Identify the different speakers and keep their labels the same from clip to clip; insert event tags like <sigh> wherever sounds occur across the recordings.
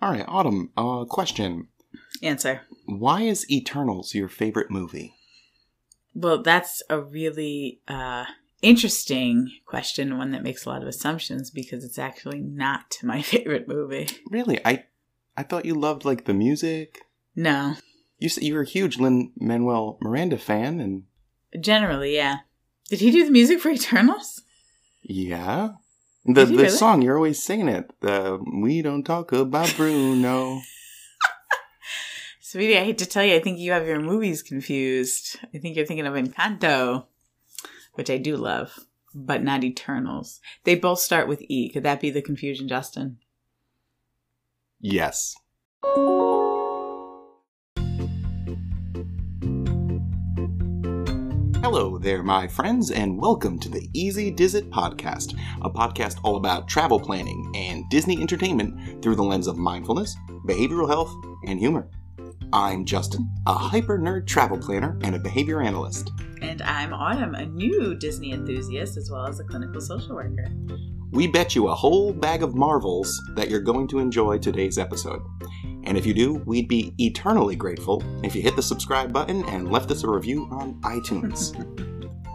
Speaker 1: All right, Autumn. Uh, question:
Speaker 2: Answer.
Speaker 1: Why is Eternals your favorite movie?
Speaker 2: Well, that's a really uh, interesting question, one that makes a lot of assumptions because it's actually not <laughs> my favorite movie.
Speaker 1: Really, I, I thought you loved like the music.
Speaker 2: No.
Speaker 1: You said you were a huge Lin Manuel Miranda fan, and
Speaker 2: Generally, yeah. Did he do the music for Eternals?
Speaker 1: yeah, the
Speaker 2: Did you
Speaker 1: the
Speaker 2: really?
Speaker 1: song you're always singing it. Uh, we don't talk about
Speaker 2: <laughs>
Speaker 1: Bruno.
Speaker 2: Sweetie, I hate to tell you, I think you have your movies confused. I think you're thinking of Encanto, which I do love, but not Eternals. They both start with E. Could that be the confusion, Justin?
Speaker 1: yes. Hello there, my friends, and welcome to the Easy Dizit Podcast, a podcast all about travel planning and Disney entertainment through the lens of mindfulness, behavioral health, and humor. I'm Justin, a hyper nerd travel planner and a behavior analyst.
Speaker 2: And I'm Autumn, a new Disney enthusiast as well as a clinical social worker. <laughs>
Speaker 1: We bet you a whole bag of marvels that you're going to enjoy today's episode. And if you do, we'd be eternally grateful if you hit the subscribe button and left us a review on iTunes.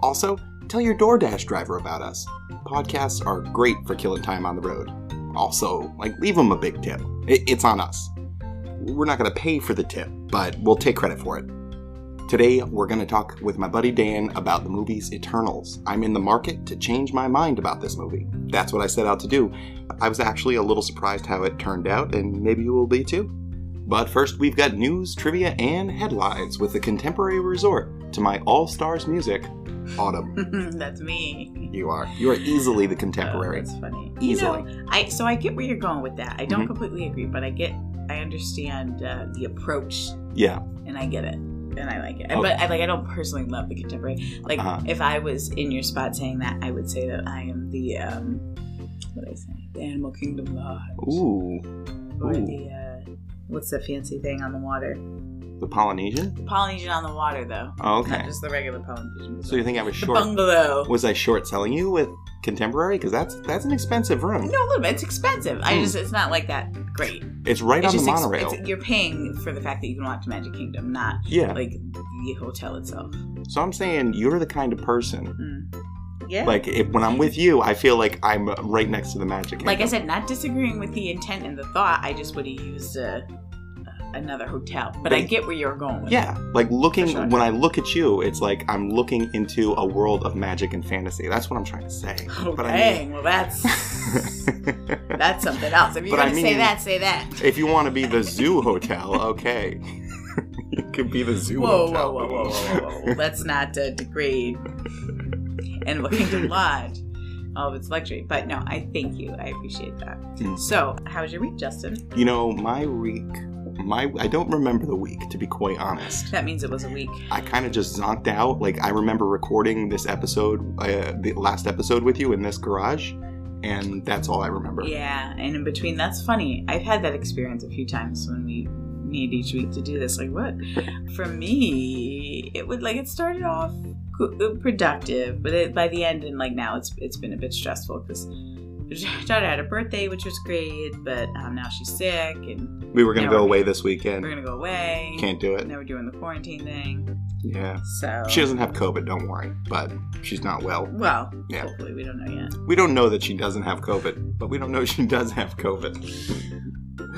Speaker 1: also, tell your DoorDash driver about us. Podcasts are great for killing time on the road. Also, like leave them a big tip. I- It's on us. We're not going to pay for the tip, but we'll take credit for it. Today, we're going to talk with my buddy Dan about the movie's Eternals. I'm in the market to change my mind about this movie. That's what I set out to do. I was actually a little surprised how it turned out, and maybe you will be too. But first, we've got news, trivia, and headlines with the contemporary resort to my all stars music, Autumn.
Speaker 2: That's me.
Speaker 1: You are. You are easily the contemporary.
Speaker 2: Oh, that's funny. You
Speaker 1: easily.
Speaker 2: know, I so I get where you're going with that. I don't
Speaker 1: Mhm.
Speaker 2: completely agree, but I get, I understand uh, the approach
Speaker 1: yeah.
Speaker 2: and I get it, and I like it.
Speaker 1: Okay.
Speaker 2: But I like I don't personally love the contemporary. Like
Speaker 1: Oh. Uh-huh.
Speaker 2: if I was in your spot saying that, I would say that I am the um, what do I say? The Animal Kingdom Lodge
Speaker 1: Ooh.
Speaker 2: or
Speaker 1: ooh.
Speaker 2: the uh, what's the fancy thing on the water?
Speaker 1: The Polynesian?
Speaker 2: The Polynesian on the water though,
Speaker 1: Oh,
Speaker 2: not
Speaker 1: okay.
Speaker 2: just the regular Polynesian.
Speaker 1: So you think I was
Speaker 2: the
Speaker 1: short?
Speaker 2: bungalow?
Speaker 1: Was I short selling you with contemporary? Because that's that's an expensive room.
Speaker 2: No, a little bit. It's expensive. I
Speaker 1: Hmm.
Speaker 2: just it's not like that great.
Speaker 1: It's right
Speaker 2: it's
Speaker 1: on the
Speaker 2: just ex-
Speaker 1: monorail.
Speaker 2: it's- you're paying for the fact that you can watch Magic Kingdom, not
Speaker 1: yeah.
Speaker 2: like the hotel itself.
Speaker 1: so I'm saying you're the kind of person.
Speaker 2: Mm. Yeah.
Speaker 1: Like if when I'm with you, I feel like I'm right next to the magic.
Speaker 2: like I said, not disagreeing with the intent and the thought. I just would have used uh another hotel. But I
Speaker 1: Bas-
Speaker 2: get where you're going with it.
Speaker 1: Yeah, like looking
Speaker 2: For sure.
Speaker 1: when I look at you, it's like I'm looking into a world of magic and fantasy. That's what I'm trying to say.
Speaker 2: Oh,
Speaker 1: But I
Speaker 2: dang.
Speaker 1: <laughs>
Speaker 2: well, that's
Speaker 1: mean-
Speaker 2: that's something else. If you're
Speaker 1: But I
Speaker 2: going to say
Speaker 1: mean-
Speaker 2: that, say that.
Speaker 1: if you want to be
Speaker 2: <laughs>
Speaker 1: the zoo hotel, okay, <laughs> you could be the zoo
Speaker 2: Whoa, whoa,
Speaker 1: hotel.
Speaker 2: whoa, whoa, whoa, whoa, whoa. Let's not uh, degrade
Speaker 1: <laughs>
Speaker 2: Animal Kingdom Lodge, all of its luxury. But no, I thank you. I appreciate that.
Speaker 1: Mm.
Speaker 2: So, how was your week, Justin?
Speaker 1: You know, my week, my I don't remember the week to be quite honest.
Speaker 2: That means it was a week.
Speaker 1: I kind of just zonked out. Like I remember recording this episode, uh, the last episode with you in this garage, and that's all I remember.
Speaker 2: Yeah, and in between, that's funny. I've had that experience a few times when we meet each week to do this.
Speaker 1: <laughs>
Speaker 2: Like, what? For me, it would like it started off co- uh, productive, but it, by the end and like now, it's it's been a bit stressful because <laughs> daughter had a birthday, which was great, but um, now she's sick, and
Speaker 1: We were gonna
Speaker 2: Yeah,
Speaker 1: go
Speaker 2: we're-
Speaker 1: away this
Speaker 2: we're
Speaker 1: weekend.
Speaker 2: gonna go away.
Speaker 1: Can't do it.
Speaker 2: Now we're doing the quarantine thing.
Speaker 1: Yeah.
Speaker 2: So
Speaker 1: She doesn't have COVID, don't worry, but she's not well.
Speaker 2: Well,
Speaker 1: Yeah.
Speaker 2: hopefully we don't know yet.
Speaker 1: We don't know that she doesn't have COVID, but we don't know <laughs> she does have COVID.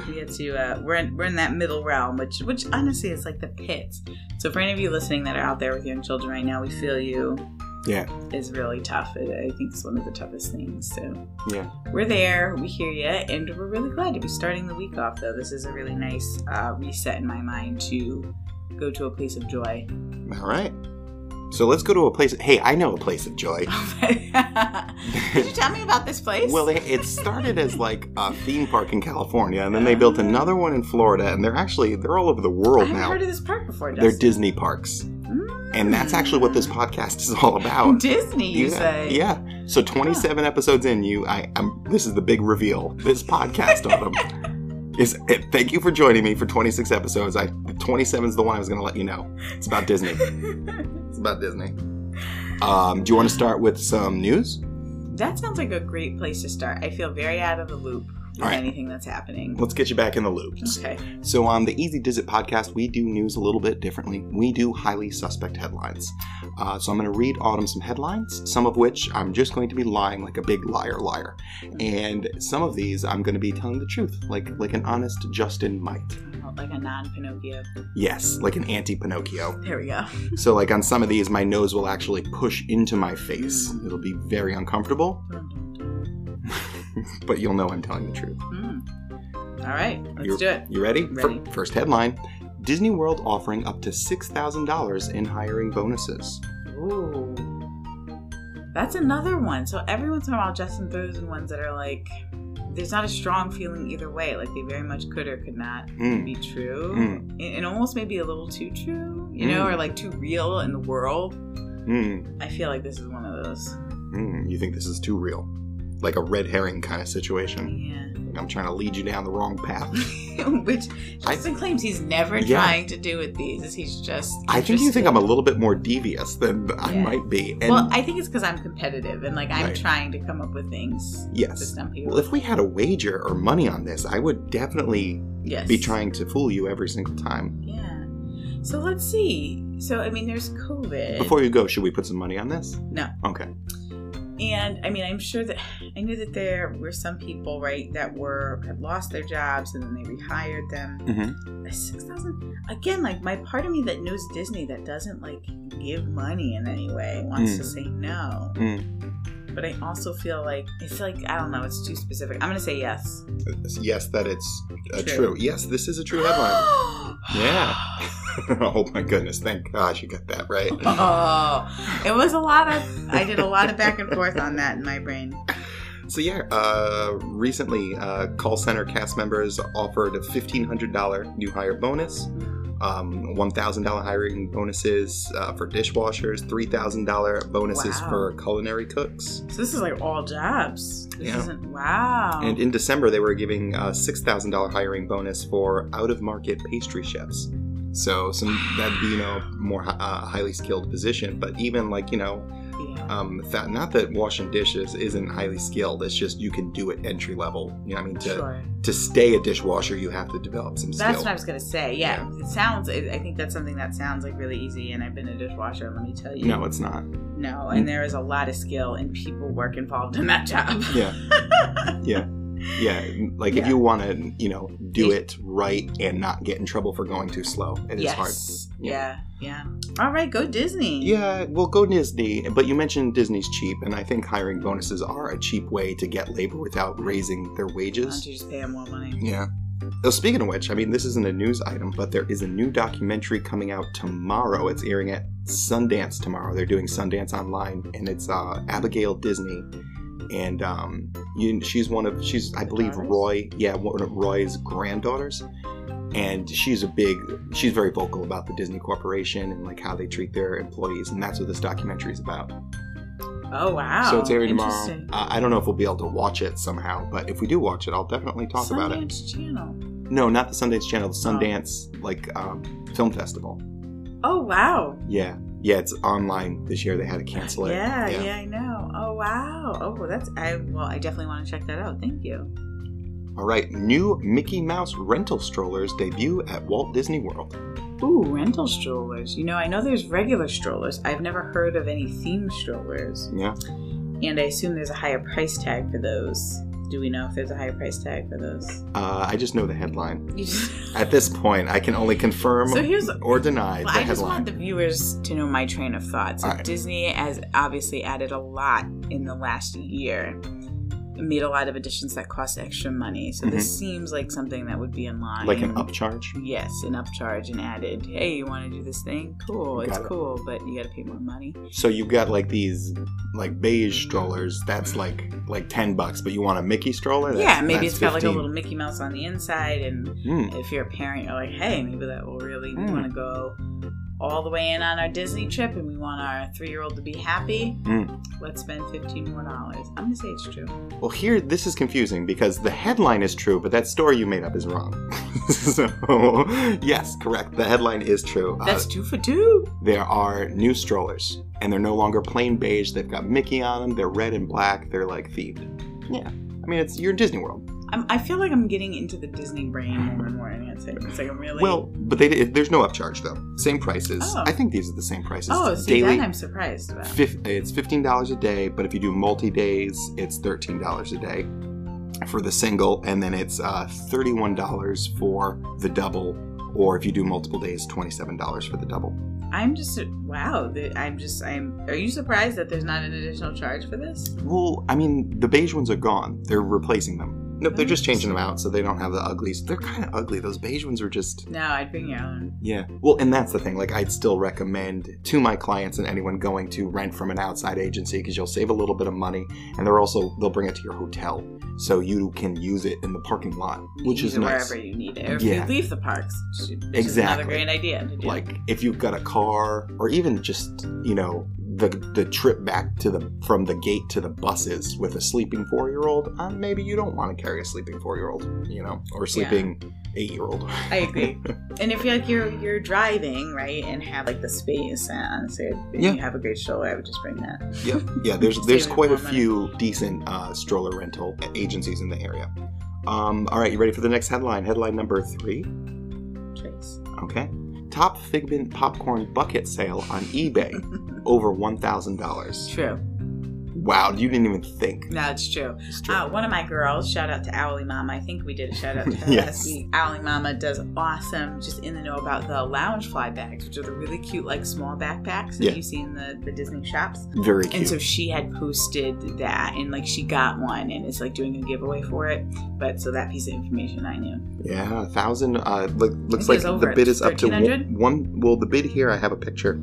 Speaker 2: We get to uh, we're in, we're in that middle realm, which which honestly is like the pits. So for any of you listening that are out there with young children right now, we feel you.
Speaker 1: Yeah.
Speaker 2: is really tough. It, I think it's one of the toughest things. So
Speaker 1: Yeah.
Speaker 2: we're there. We hear you, and we're really glad to be starting the week off. Though this is a really nice uh, reset in my mind to go to a place of joy. <laughs>
Speaker 1: All right. So let's go to a place. Hey, I know a place of
Speaker 2: <laughs>
Speaker 1: joy. <laughs>
Speaker 2: Did you tell me about this place?
Speaker 1: Well, it, it started as like a theme park in California, and then
Speaker 2: <laughs>
Speaker 1: they built another one in Florida, and they're actually they're all over the
Speaker 2: I
Speaker 1: world
Speaker 2: haven't
Speaker 1: now.
Speaker 2: heard of this park before.
Speaker 1: They're
Speaker 2: Justin.
Speaker 1: Disney parks,
Speaker 2: Mm.
Speaker 1: and that's actually what this podcast is all
Speaker 2: <laughs>
Speaker 1: about.
Speaker 2: Disney, you
Speaker 1: yeah,
Speaker 2: say?
Speaker 1: yeah. So 27 episodes in, you, I, I'm, this is the big reveal. This podcast, Autumn,
Speaker 2: <laughs>
Speaker 1: is. eh, Thank you for joining me for 26 episodes. I 27 is the one I was going to let you know. It's about Disney.
Speaker 2: <laughs>
Speaker 1: it's about Disney. Um, do you want to start with some news?
Speaker 2: That sounds like a great place to start. I feel very out of the loop with
Speaker 1: All right.
Speaker 2: anything that's happening.
Speaker 1: Let's get you back in the loop.
Speaker 2: Okay.
Speaker 1: So, on the Easy Does It podcast, we do news a little bit differently. We do highly suspect headlines. Uh, so, I'm going to read Autumn some headlines, some of which I'm just going to be lying like a big liar, liar. And some of these I'm going to be telling the truth, like like an honest Justin might.
Speaker 2: Like a non Pinocchio.
Speaker 1: Yes, like an anti Pinocchio.
Speaker 2: There we go.
Speaker 1: So, like on some of these, my nose will actually push into my face. It'll be very uncomfortable, <laughs> but you'll know I'm telling the truth.
Speaker 2: Hmm. All right. Let's
Speaker 1: You're-
Speaker 2: do it.
Speaker 1: You ready? Fir-
Speaker 2: Ready.
Speaker 1: first headline Disney World offering up to $6,000 in hiring bonuses.
Speaker 2: Ooh. That's another one. So every once in a while, Justin throws in ones that are like, there's not a strong feeling either way. Like they very much could or could not
Speaker 1: Mm.
Speaker 2: be true.
Speaker 1: Mm.
Speaker 2: And, and almost maybe a little too true, you know,
Speaker 1: Mm.
Speaker 2: or like too real in the world.
Speaker 1: Mm.
Speaker 2: I feel like this is one of those.
Speaker 1: Mm. You think this is too real? Like a red herring kind of situation.
Speaker 2: Yeah.
Speaker 1: Like I'm trying to lead you down the wrong
Speaker 2: <laughs>
Speaker 1: path.
Speaker 2: Which Justin claims he's never
Speaker 1: Yeah.
Speaker 2: trying to do with these. Is he's just.
Speaker 1: I think you think
Speaker 2: interested.
Speaker 1: I'm a little bit more devious than I
Speaker 2: Yeah.
Speaker 1: might be. And
Speaker 2: well, I think it's because I'm competitive and like I'm
Speaker 1: Right.
Speaker 2: trying to come up with things to
Speaker 1: yes.
Speaker 2: stump you.
Speaker 1: Well, if we had a wager or money on this, I would definitely
Speaker 2: yes.
Speaker 1: be trying to fool you every single time.
Speaker 2: Yeah. So let's see. So I mean, there's COVID.
Speaker 1: Before you go, should we put some money on this?
Speaker 2: No.
Speaker 1: Okay.
Speaker 2: and I mean, I'm sure that I knew that there were some people, right, that were had lost their jobs and then they rehired them.
Speaker 1: Mm-hmm.
Speaker 2: Six thousand again. Like my part of me that knows Disney that doesn't like give money in any way wants
Speaker 1: Mm.
Speaker 2: to say no. But I also feel like it's like I don't know. It's too specific. I'm gonna say yes.
Speaker 1: Yes, that it's uh,
Speaker 2: True.
Speaker 1: true. Yes, this is a true headline.
Speaker 2: <gasps>
Speaker 1: Yeah. <laughs> oh my goodness! Thank God you got that right.
Speaker 2: <laughs> oh, it was a lot of. I did a lot of back and forth on that in my brain.
Speaker 1: So yeah, uh, recently, uh, call center cast members offered a fifteen hundred dollar new hire bonus, um, one thousand dollar hiring bonuses uh, for dishwashers, three thousand dollar bonuses
Speaker 2: Wow.
Speaker 1: for culinary cooks,
Speaker 2: So this is like all jobs. This
Speaker 1: Yeah.
Speaker 2: isn't wow.
Speaker 1: and in December they were giving a six thousand dollar hiring bonus for out of market pastry chefs. So some that'd be you know more hi- uh, highly skilled position, but even like you know
Speaker 2: yeah.
Speaker 1: um, that, not that washing dishes isn't highly skilled. It's just you can do it entry level. You know what I mean? To,
Speaker 2: sure.
Speaker 1: to stay a dishwasher, you have to develop some
Speaker 2: That's
Speaker 1: skill.
Speaker 2: what I was gonna say. Yeah, it sounds. I I think that's something that sounds like really easy. And I've been a dishwasher. Let me tell you.
Speaker 1: no, Mm. it's not.
Speaker 2: No, and there is a lot of skill and people work involved in that <laughs> job.
Speaker 1: Yeah. Yeah. Yeah, like if
Speaker 2: Yeah.
Speaker 1: you want to, you know, do
Speaker 2: Yeah.
Speaker 1: it right and not get in trouble for going too slow, it is hard.
Speaker 2: yes.
Speaker 1: Yeah.
Speaker 2: Yeah. yeah. All right. Go Disney.
Speaker 1: Yeah, well, go Disney, but you mentioned Disney's cheap, and I think hiring bonuses are a cheap way to get labor without raising their
Speaker 2: Why don't
Speaker 1: wages.
Speaker 2: you just pay them more money?
Speaker 1: Yeah. Oh, speaking of which, I mean, this isn't a news item, but there is a new documentary coming out tomorrow. It's airing at Sundance tomorrow. They're doing Sundance online, and it's uh, Abigail Disney, and um, you, she's one of she's I believe
Speaker 2: Daughters?
Speaker 1: Roy, yeah, one of Roy's granddaughters, and she's a big she's very vocal about the Disney Corporation and like how they treat their employees, and that's what this documentary is about.
Speaker 2: Oh wow.
Speaker 1: so it's airing tomorrow.
Speaker 2: Interesting.
Speaker 1: Uh, I don't know if we'll be able to watch it somehow, but if we do watch it, I'll definitely talk about it.
Speaker 2: Sundance Channel.
Speaker 1: No, not the Sundance Channel, the Sundance like um, film festival.
Speaker 2: Oh wow.
Speaker 1: Yeah, yeah, it's online this year. They had to cancel it.
Speaker 2: Yeah,
Speaker 1: Yeah.
Speaker 2: yeah, I know. Oh wow. Oh, well, that's I. Well, I definitely want to check that out. Thank you.
Speaker 1: All right, new Mickey Mouse rental strollers debut at Walt Disney World.
Speaker 2: Ooh, rental strollers. You know, I know there's regular strollers. I've never heard of any themed strollers,
Speaker 1: Yeah,
Speaker 2: and I assume there's a higher price tag for those. Do we know if there's a higher price tag for those?
Speaker 1: uh, I just know the headline.
Speaker 2: You just,
Speaker 1: At this point, I can only confirm
Speaker 2: so here's.
Speaker 1: or deny
Speaker 2: Well,
Speaker 1: the
Speaker 2: I just
Speaker 1: headline.
Speaker 2: want the viewers to know my train of thought. So
Speaker 1: All right.
Speaker 2: Disney has obviously added a lot in the last year. Made a lot of additions that cost extra money. So this seems like something that would be in
Speaker 1: Mm-hmm.
Speaker 2: line.
Speaker 1: like an upcharge.
Speaker 2: Yes, an upcharge and added, hey, you want to do this thing? Cool, it's
Speaker 1: Got it.
Speaker 2: cool, but you got to pay more money.
Speaker 1: So you've got like these like beige strollers. That's like like ten bucks, but you want a Mickey stroller? That's,
Speaker 2: yeah, maybe
Speaker 1: that's
Speaker 2: it's got like a
Speaker 1: 15.
Speaker 2: little Mickey Mouse on the inside, and
Speaker 1: Mm.
Speaker 2: if you're a parent, you're like, hey, maybe that will really
Speaker 1: Mm.
Speaker 2: we want to go all the way in on our Disney trip, and we want our three-year-old to be happy.
Speaker 1: Mm.
Speaker 2: Let's spend fifteen more dollars. I'm gonna say it's true.
Speaker 1: Well, here this is confusing because the headline is true, but that story you made up is wrong. <laughs> so, yes, correct. The headline is true. Uh,
Speaker 2: That's two for two.
Speaker 1: there are new strollers, and they're no longer plain beige. They've got Mickey on them. They're red and black. They're like themed. Yeah, I mean it's you're in Disney World.
Speaker 2: I'm, I feel like I'm getting into the Disney brain more and more. And it's like, it's like I'm really
Speaker 1: Well, but they there's no upcharge though. Same prices.
Speaker 2: Oh.
Speaker 1: I think these are the same prices.
Speaker 2: oh, see, then I'm surprised about.
Speaker 1: fif- it's fifteen dollars a day, but if you do multi days, it's thirteen dollars a day for the single, and then it's uh, thirty-one dollars for the double, or if you do multiple days, twenty-seven dollars for the double.
Speaker 2: I'm just wow. the- I'm just I'm. Are you surprised that there's not an additional charge for this?
Speaker 1: Well, I mean, the beige ones are gone; they're replacing them. Nope, they're just changing them out so they don't have the uglies. They're kind of ugly. Those beige ones are just.
Speaker 2: No, I'd bring your own.
Speaker 1: Yeah. Well, and that's the thing. Like, I'd still recommend to my clients and anyone going to rent from an outside agency because you'll save a little bit of money, and they're also they'll bring it to your hotel, so you can use it in the parking lot, which
Speaker 2: Use
Speaker 1: is
Speaker 2: it
Speaker 1: nice.
Speaker 2: wherever you need it. Or if
Speaker 1: Yeah.
Speaker 2: you leave the parks, which is
Speaker 1: Exactly.
Speaker 2: another great idea to do.
Speaker 1: Like, if you've got a car, or even just you know the the trip back to the from the gate to the buses with a sleeping four year old, uh, maybe you don't want to carry a sleeping four year old, you know, or sleeping eight year old.
Speaker 2: I agree. and if you're like you're you're driving right and have like the space and honestly, and
Speaker 1: Yeah.
Speaker 2: you have a great stroller, I would just bring that.
Speaker 1: Yeah, yeah. There's there's
Speaker 2: Save
Speaker 1: quite a
Speaker 2: more money.
Speaker 1: few decent uh, stroller rental agencies in the area. Um, all right, you ready for the next headline? Headline number three. <laughs>
Speaker 2: Choice.
Speaker 1: Okay. Top Figment popcorn bucket sale on eBay over one thousand dollars.
Speaker 2: True.
Speaker 1: Wow, you didn't even think.
Speaker 2: No, it's true.
Speaker 1: It's true.
Speaker 2: Uh, one of my girls, shout out to Owly Mama. I think we did a shout
Speaker 1: <laughs>
Speaker 2: out to her
Speaker 1: Yes.
Speaker 2: last week. Owly Mama does awesome, just in the know about the lounge fly bags, which are the really cute, like small backpacks that
Speaker 1: Yeah.
Speaker 2: you see in the, the Disney shops.
Speaker 1: Very cute.
Speaker 2: And so she had posted that, and like she got one and is like doing a giveaway for it. But so that piece of information I knew.
Speaker 1: yeah, a thousand. Uh, look, looks
Speaker 2: it's
Speaker 1: like the
Speaker 2: over.
Speaker 1: bid is up to one,
Speaker 2: 1,300?
Speaker 1: one. Well, the bid here, I have a picture.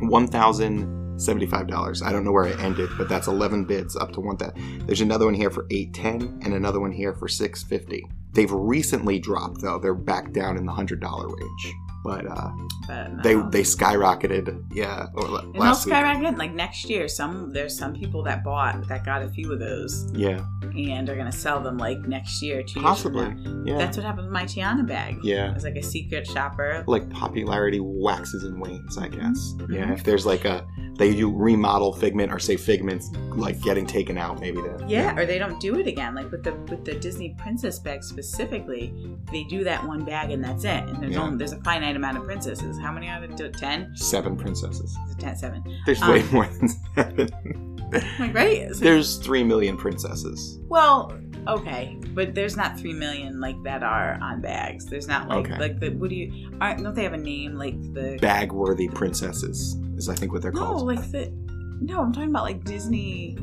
Speaker 1: One thousand seventy-five dollars. I don't know where it ended, but that's eleven bids up to one. That there's another one here for eight ten, and another one here for six fifty. They've recently dropped though; they're back down in the hundred dollar range. But uh,
Speaker 2: But um, no.
Speaker 1: they they skyrocketed. Yeah, or la-
Speaker 2: And they'll
Speaker 1: last week.
Speaker 2: skyrocket like next year. Some there's some people that bought that got a few of those
Speaker 1: Yeah,
Speaker 2: and are gonna sell them like next year, two
Speaker 1: possibly.
Speaker 2: years from now.
Speaker 1: Yeah,
Speaker 2: That's what happened with my Tiana bag. I
Speaker 1: yeah.
Speaker 2: was like a secret shopper.
Speaker 1: Like popularity waxes and wanes, I guess.
Speaker 2: Mhm.
Speaker 1: Yeah, if there's like a they do remodel Figment or say Figment's like getting taken out, maybe then.
Speaker 2: Yeah, or they don't do it again. Like with the with the Disney princess bag specifically, they do that one bag and that's it. And there's
Speaker 1: Yeah.
Speaker 2: only there's a finite amount of princesses. How many are there? Ten?
Speaker 1: Seven princesses.
Speaker 2: Is it ten? Seven?
Speaker 1: There's
Speaker 2: Um,
Speaker 1: way more than seven.
Speaker 2: Like right? So-
Speaker 1: There's three million princesses.
Speaker 2: well, okay, but there's not three million like that are on bags. There's not like
Speaker 1: Okay.
Speaker 2: like the what do you? Aren't, don't they have a name like the?
Speaker 1: Bag-worthy princesses is I think what they're
Speaker 2: no,
Speaker 1: called.
Speaker 2: like the. No, I'm talking about like Disney.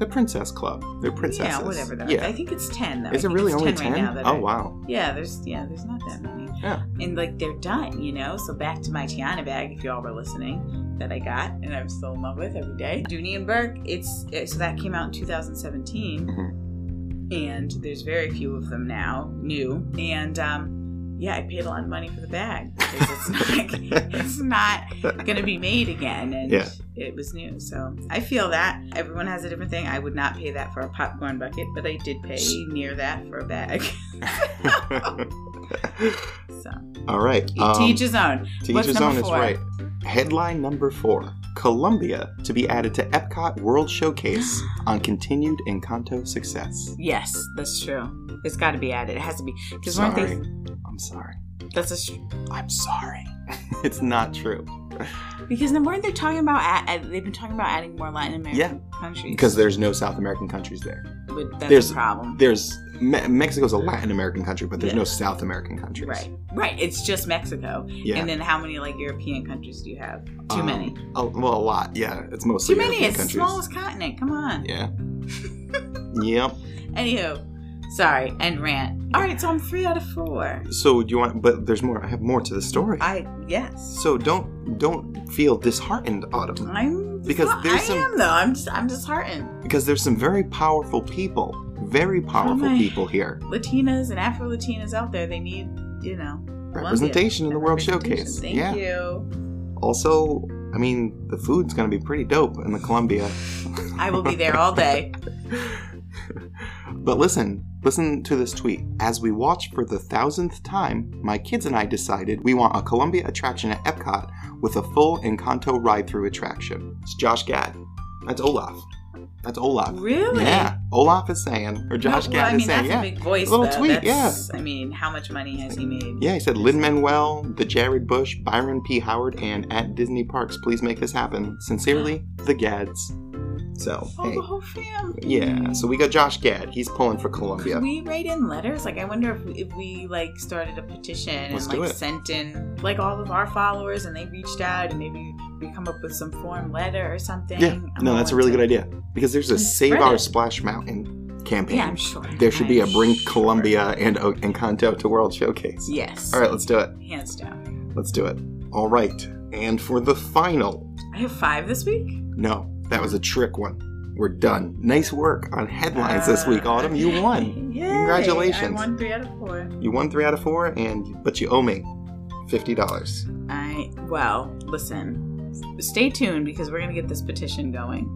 Speaker 1: The Princess Club. They're princesses.
Speaker 2: Yeah, whatever. That
Speaker 1: Yeah.
Speaker 2: I think it's ten. Though.
Speaker 1: Is
Speaker 2: I
Speaker 1: it
Speaker 2: think
Speaker 1: really
Speaker 2: it's
Speaker 1: only ten?
Speaker 2: 10? Right now that
Speaker 1: oh
Speaker 2: I- <laughs>
Speaker 1: wow. <laughs>
Speaker 2: Yeah, there's yeah, there's not that many.
Speaker 1: Yeah.
Speaker 2: And like they're done, you know. So back to my Tiana bag, if y'all were listening, that I got and I'm still in love with every day. Dooney and Burke. It's it, so that came out in 2017,
Speaker 1: Mm-hmm.
Speaker 2: and there's very few of them now, new. And um, yeah, I paid a lot of money for the bag because it's not it's
Speaker 1: <laughs>
Speaker 2: not <laughs> gonna be made again, and
Speaker 1: Yeah.
Speaker 2: it was new. So I feel that everyone has a different thing. I would not pay that for a popcorn bucket, but I did pay near that for a bag. <laughs> So
Speaker 1: All right. um,
Speaker 2: to each his own.
Speaker 1: To
Speaker 2: What's
Speaker 1: each his own
Speaker 2: number
Speaker 1: is
Speaker 2: four?
Speaker 1: right. Headline number four Colombia to be added to Epcot World
Speaker 2: <gasps>
Speaker 1: Showcase on continued Encanto success.
Speaker 2: Yes, that's true. It's got to be added. It has to be because weren't
Speaker 1: Sorry.
Speaker 2: they?
Speaker 1: I'm sorry.
Speaker 2: That's a str-
Speaker 1: I'm sorry. <laughs> it's not true.
Speaker 2: because then weren't they talking about? At, at- they've been talking about adding more Latin American
Speaker 1: Yeah.
Speaker 2: countries.
Speaker 1: Because there's no South American countries there.
Speaker 2: but that's
Speaker 1: there's-
Speaker 2: a problem.
Speaker 1: There's Me- Mexico's a Latin American country, but there's
Speaker 2: Yeah.
Speaker 1: no South American countries.
Speaker 2: Right, right. It's just Mexico,
Speaker 1: Yeah.
Speaker 2: and then how many like European countries do you have? Too
Speaker 1: Um,
Speaker 2: many.
Speaker 1: a- well, a lot. Yeah. It's mostly
Speaker 2: Too many.
Speaker 1: European
Speaker 2: It's the
Speaker 1: countries.
Speaker 2: smallest continent. Come on.
Speaker 1: Yeah. <laughs> yep.
Speaker 2: Anywho, sorry. End rant. All right, so I'm three out of four.
Speaker 1: So do you want? But there's more. I have more to the story.
Speaker 2: I yes.
Speaker 1: so don't don't feel disheartened, Autumn.
Speaker 2: I'm
Speaker 1: Because
Speaker 2: well,
Speaker 1: there's
Speaker 2: I
Speaker 1: some-
Speaker 2: am though. I'm just I'm disheartened.
Speaker 1: because there's some very powerful people, very powerful
Speaker 2: my-
Speaker 1: people here.
Speaker 2: Latinas and Afro Latinas out there, they need, you know, Colombia.
Speaker 1: Representation in the World
Speaker 2: Representation.
Speaker 1: Showcase.
Speaker 2: Thank
Speaker 1: yeah.
Speaker 2: you.
Speaker 1: Also, I mean, the food's gonna be pretty dope in the Columbia.
Speaker 2: I will be there all day.
Speaker 1: <laughs> But listen, listen to this tweet. As we watched for the thousandth time, my kids and I decided we want a Columbia attraction at Epcot with a full Encanto ride-through attraction. It's Josh Gad. That's Olaf. That's Olaf.
Speaker 2: Really?
Speaker 1: Uh, Yeah, Olaf is saying, or Josh
Speaker 2: No,
Speaker 1: Gad
Speaker 2: well, I
Speaker 1: is
Speaker 2: mean,
Speaker 1: saying,
Speaker 2: that's
Speaker 1: yeah.
Speaker 2: a big voice.
Speaker 1: Little
Speaker 2: though.
Speaker 1: tweet,
Speaker 2: That's- I mean, how much money has he made?
Speaker 1: Yeah, he said Lin Manuel, the Jared Bush, Byron P. Howard, and at Disney Parks, please make this happen. Sincerely, the Gads. So,
Speaker 2: Oh,
Speaker 1: hey.
Speaker 2: the whole family.
Speaker 1: Yeah, so we got Josh Gad. He's pulling for Columbia.
Speaker 2: Could we write in letters? Like, I wonder if, if we like started a petition
Speaker 1: Let's
Speaker 2: and
Speaker 1: do
Speaker 2: like
Speaker 1: it.
Speaker 2: sent in like all of our followers, and they reached out, and maybe we come up with some form letter or something.
Speaker 1: Yeah,
Speaker 2: I'm
Speaker 1: no, that's a really good
Speaker 2: willing
Speaker 1: idea. Because there's a
Speaker 2: And
Speaker 1: Save
Speaker 2: spread
Speaker 1: Our
Speaker 2: it.
Speaker 1: Splash Mountain
Speaker 2: to-
Speaker 1: campaign.
Speaker 2: Yeah, I'm sure.
Speaker 1: there should be a
Speaker 2: I'm
Speaker 1: Bring
Speaker 2: sure.
Speaker 1: Columbia and O- Encanto to World Showcase.
Speaker 2: Yes.
Speaker 1: All right, let's do it.
Speaker 2: Hands down.
Speaker 1: Let's do it. All right. And for the final
Speaker 2: I have five this week.
Speaker 1: No, that was a trick one. We're done. Nice work on headlines this week,
Speaker 2: Ah,
Speaker 1: Autumn. You won.
Speaker 2: Uh, Yay, I
Speaker 1: Congratulations.
Speaker 2: won three out of four.
Speaker 1: You won three out of four, and but you owe me fifty dollars.
Speaker 2: I well, listen. Stay tuned because we're gonna get this petition going.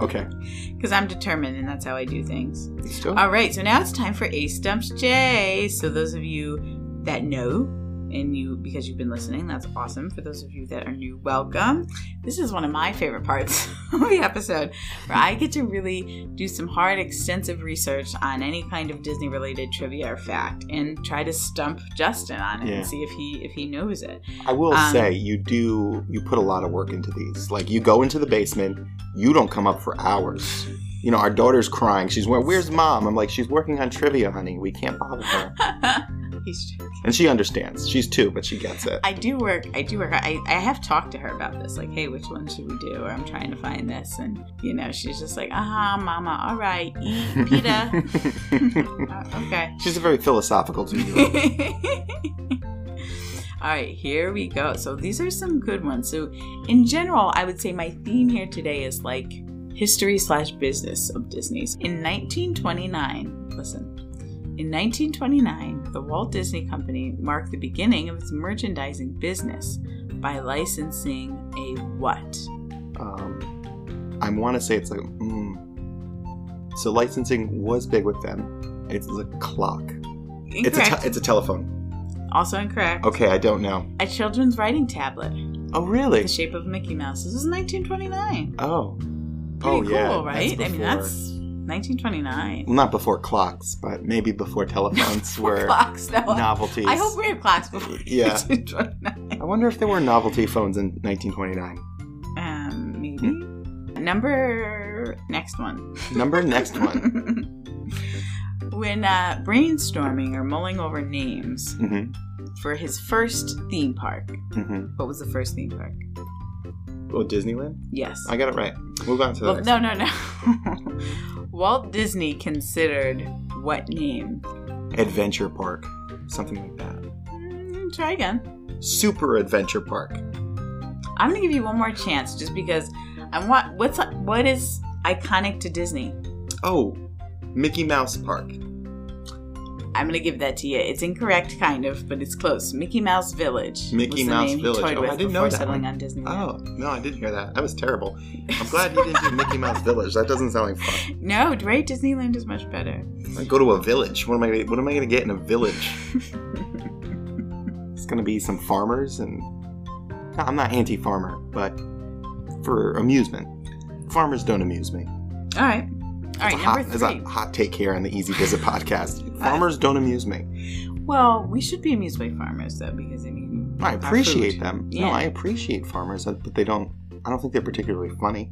Speaker 1: Okay.
Speaker 2: Because I'm determined, and that's how I do things.
Speaker 1: You still?
Speaker 2: All right, so now it's time for Ace Dumps J. So those of you that know and you because you've been listening, that's awesome. For those of you that are new, welcome. This is one of my favorite parts <laughs> of the episode where I get to really do some hard, extensive research on any kind of Disney related trivia or fact and try to stump Justin on it
Speaker 1: Yeah.
Speaker 2: and see if he if he knows it. <laughs>
Speaker 1: I will
Speaker 2: um,
Speaker 1: say you do. You put a lot of work into these. Like you go into the basement. You don't come up for hours. You know, our daughter's crying. She's where? Where's mom? I'm like, she's working on trivia, honey. We can't bother her.
Speaker 2: He's joking.
Speaker 1: And she understands. She's two, but she gets it.
Speaker 2: I do work. I do work. I, I have talked to her about this. Like, hey, which one should we do? Or I'm trying to find this, and you know, she's just like, ah, mama, all right, eat pita. Uh, okay.
Speaker 1: <laughs> she's a very philosophical two-year-old.
Speaker 2: <laughs> all right, here we go. So these are some good ones. So in general, I would say my theme here today is like history slash business of Disney's. In 1929, listen. In 1929, the Walt Disney Company marked the beginning of its merchandising business by licensing a what?
Speaker 1: Um, I want to say it's like, mm. so licensing was big with them. It's a clock. It's a, Oh.
Speaker 2: Incorrect.
Speaker 1: te- it's a telephone.
Speaker 2: also incorrect.
Speaker 1: Okay, I don't know.
Speaker 2: A children's writing tablet,
Speaker 1: Oh, really?
Speaker 2: the shape of Mickey Mouse. This is 1929.
Speaker 1: Oh.
Speaker 2: Pretty
Speaker 1: oh,
Speaker 2: cool,
Speaker 1: yeah.
Speaker 2: right? I mean,
Speaker 1: before-
Speaker 2: that's 1929.
Speaker 1: Well, not before clocks, but maybe before
Speaker 2: <laughs>
Speaker 1: telephones were
Speaker 2: clocks, though.
Speaker 1: novelties.
Speaker 2: I hope we have clocks before <laughs>
Speaker 1: Yeah.
Speaker 2: 1929.
Speaker 1: I wonder if there were novelty phones in 1929.
Speaker 2: Um, maybe. Number next one.
Speaker 1: Number Hmm? next one.
Speaker 2: <laughs> when uh, brainstorming or mulling over names
Speaker 1: Mm-hmm.
Speaker 2: for his first theme park,
Speaker 1: Mm-hmm.
Speaker 2: what was the first theme park?
Speaker 1: Oh, Disneyland?
Speaker 2: Yes.
Speaker 1: I got it right. Move on to the
Speaker 2: Well,
Speaker 1: next.
Speaker 2: no, no, no. <laughs> Walt Disney considered what name?
Speaker 1: Adventure Park. Something like that.
Speaker 2: Mm, try again.
Speaker 1: Super Adventure Park.
Speaker 2: I'm gonna give you one more chance, just because I want. What's what is iconic to Disney?
Speaker 1: Oh, Mickey Mouse Park.
Speaker 2: I'm gonna give that to you. It's incorrect, kind of, but it's close. Mickey Mouse Village.
Speaker 1: Mickey
Speaker 2: was the
Speaker 1: Mouse
Speaker 2: name he
Speaker 1: Village.
Speaker 2: toyed
Speaker 1: Oh, I
Speaker 2: with
Speaker 1: didn't know
Speaker 2: before
Speaker 1: that
Speaker 2: settling
Speaker 1: one.
Speaker 2: on Disney.
Speaker 1: Oh, no, I didn't hear that. That was terrible. I'm glad you didn't do Mickey Mouse Village. That doesn't sound like fun.
Speaker 2: No, right? Disneyland is much better.
Speaker 1: I go to a village. What am I gonna, what am I going to get in a village? It's going to be some farmers and no, I'm not anti-farmer, but for amusement. Farmers don't amuse me.
Speaker 2: All right. All right,
Speaker 1: It's a
Speaker 2: number
Speaker 1: hot, it's
Speaker 2: three.
Speaker 1: a hot take here on the Easy Visit
Speaker 2: <laughs>
Speaker 1: podcast. Farmers don't amuse me.
Speaker 2: Well, we should be amused by farmers, though, because I mean,
Speaker 1: I
Speaker 2: our
Speaker 1: appreciate
Speaker 2: food.
Speaker 1: them.
Speaker 2: Yeah.
Speaker 1: No, I appreciate farmers, but they don't. I don't think they're particularly funny.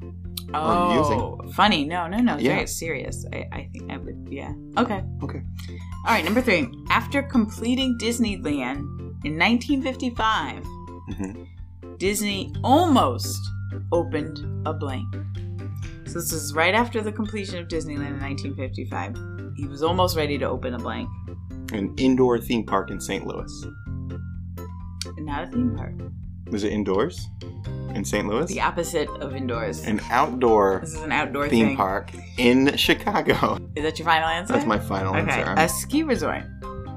Speaker 2: Oh, funny. No, no, no.
Speaker 1: Yeah.
Speaker 2: Very serious. I, I think I would. Yeah. Okay.
Speaker 1: Okay.
Speaker 2: All right, number three. After completing Disneyland in 1955,
Speaker 1: Mhm.
Speaker 2: Disney almost opened a blank. So this is right after the completion of Disneyland in 1955. He was almost ready to open a blank.
Speaker 1: An indoor theme park in St. Louis.
Speaker 2: Not a theme park.
Speaker 1: Was it indoors in St. Louis?
Speaker 2: The opposite of indoors.
Speaker 1: An outdoor
Speaker 2: this is an outdoor
Speaker 1: theme
Speaker 2: thing.
Speaker 1: park in Chicago. <laughs>
Speaker 2: Is that your final answer?
Speaker 1: That's my final
Speaker 2: Okay.
Speaker 1: answer.
Speaker 2: A ski resort.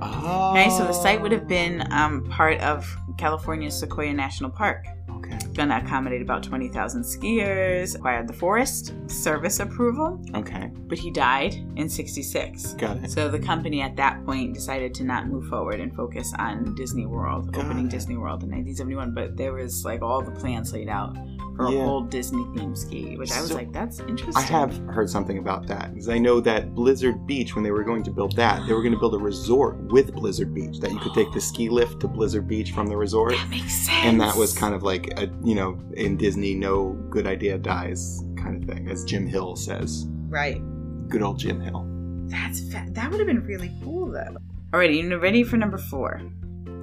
Speaker 1: oh.
Speaker 2: Okay, so the site would have been um, part of California's Sequoia National Park.
Speaker 1: Okay.
Speaker 2: Gonna accommodate about 20,000 skiers, acquired the Forest Service approval,
Speaker 1: Okay.
Speaker 2: but he died in 66.
Speaker 1: Got it.
Speaker 2: So the company at that point decided to not move forward and focus on Disney World,
Speaker 1: Got
Speaker 2: opening
Speaker 1: it.
Speaker 2: Disney World in 1971. But there was like all the plans laid out for
Speaker 1: Yeah.
Speaker 2: a whole Disney theme ski, which I was
Speaker 1: So-
Speaker 2: like, that's interesting.
Speaker 1: I have heard something about that because I know that Blizzard Beach, when they were going to build that, they were going to build a resort with Blizzard Beach that you could take the ski lift to Blizzard Beach from the resort.
Speaker 2: That makes sense.
Speaker 1: And that was kind of like a you know in Disney, no good idea dies kind of thing, as Jim Hill says.
Speaker 2: right.
Speaker 1: Good old Jim Hill.
Speaker 2: That's fa- that would have been really cool though. Alrighty, you ready for number four?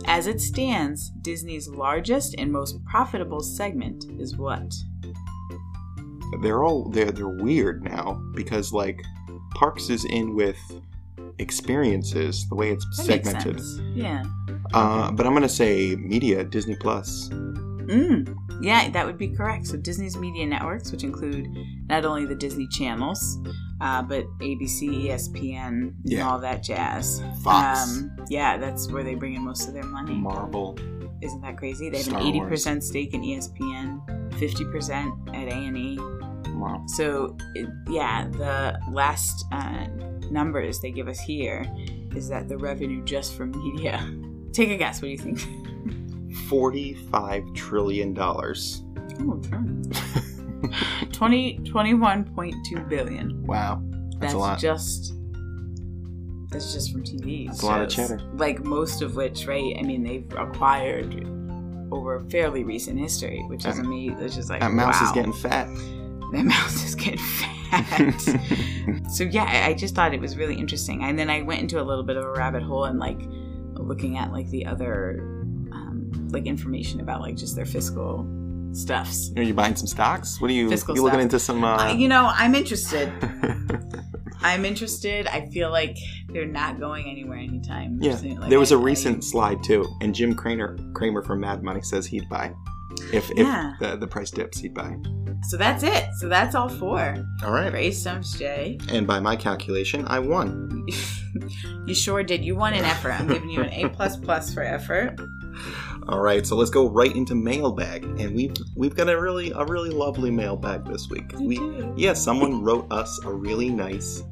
Speaker 2: As it stands, Disney's largest and most profitable segment is what?
Speaker 1: They're all they're they're weird now because like Parks is in with experiences the way it's
Speaker 2: That
Speaker 1: segmented.
Speaker 2: Makes sense. Yeah.
Speaker 1: Uh, but I'm gonna say media, Disney Plus.
Speaker 2: Mm, yeah, that would be correct. So Disney's media networks, which include not only the Disney channels, uh, but ABC, ESPN, and
Speaker 1: Yeah.
Speaker 2: all that jazz. Um,
Speaker 1: Fox,
Speaker 2: yeah, that's where they bring in most of their money.
Speaker 1: Marvel.
Speaker 2: Isn't that crazy? They have
Speaker 1: Star
Speaker 2: an eighty
Speaker 1: Wars.
Speaker 2: percent stake in E ESPN, fifty percent at A and E.
Speaker 1: Wow.
Speaker 2: So it, yeah, the last uh, numbers they give us here is that the revenue just from media. <laughs> Take a guess. What do you think? <laughs>
Speaker 1: $45 trillion. dollars.
Speaker 2: Oh,
Speaker 1: <laughs>
Speaker 2: darn. 20, 21.2 billion.
Speaker 1: Wow. That's,
Speaker 2: That's,
Speaker 1: a lot.
Speaker 2: just that's just from TV.
Speaker 1: That's a lot of
Speaker 2: shows.
Speaker 1: cheddar.
Speaker 2: Like most of which, right? I mean, they've acquired over fairly recent history, which is
Speaker 1: That-
Speaker 2: amazing. It's just like
Speaker 1: that mouse
Speaker 2: wow.
Speaker 1: is getting fat.
Speaker 2: <laughs>
Speaker 1: <laughs>
Speaker 2: that mouse is getting fat. so yeah I, I just thought it was really interesting and then i went into a little bit of a rabbit hole and like looking at like the other um, like information about like just their fiscal stuffs
Speaker 1: Are you buying some stocks? What are you,
Speaker 2: Fiscal
Speaker 1: you looking
Speaker 2: stuff.
Speaker 1: into some uh, <laughs>
Speaker 2: I- you know i'm interested i'm interested i feel like they're not going anywhere anytime
Speaker 1: Yeah.
Speaker 2: soon. Like,
Speaker 1: There was
Speaker 2: I-
Speaker 1: a
Speaker 2: I-
Speaker 1: recent slide too, and Jim Craner Kramer from Mad Money says he'd buy. If, if
Speaker 2: Yeah.
Speaker 1: the, the price dips, he'd buy.
Speaker 2: so that's it so that's all four
Speaker 1: All right.
Speaker 2: Grace stumps jay
Speaker 1: And by my calculation, I won.
Speaker 2: <laughs> you sure did you won an effort i'm giving you an a plus plus for effort
Speaker 1: All right, so let's go right into mailbag, and we've we've got a really a really lovely mailbag this week.
Speaker 2: You
Speaker 1: We
Speaker 2: do.
Speaker 1: yeah, someone wrote us a really nice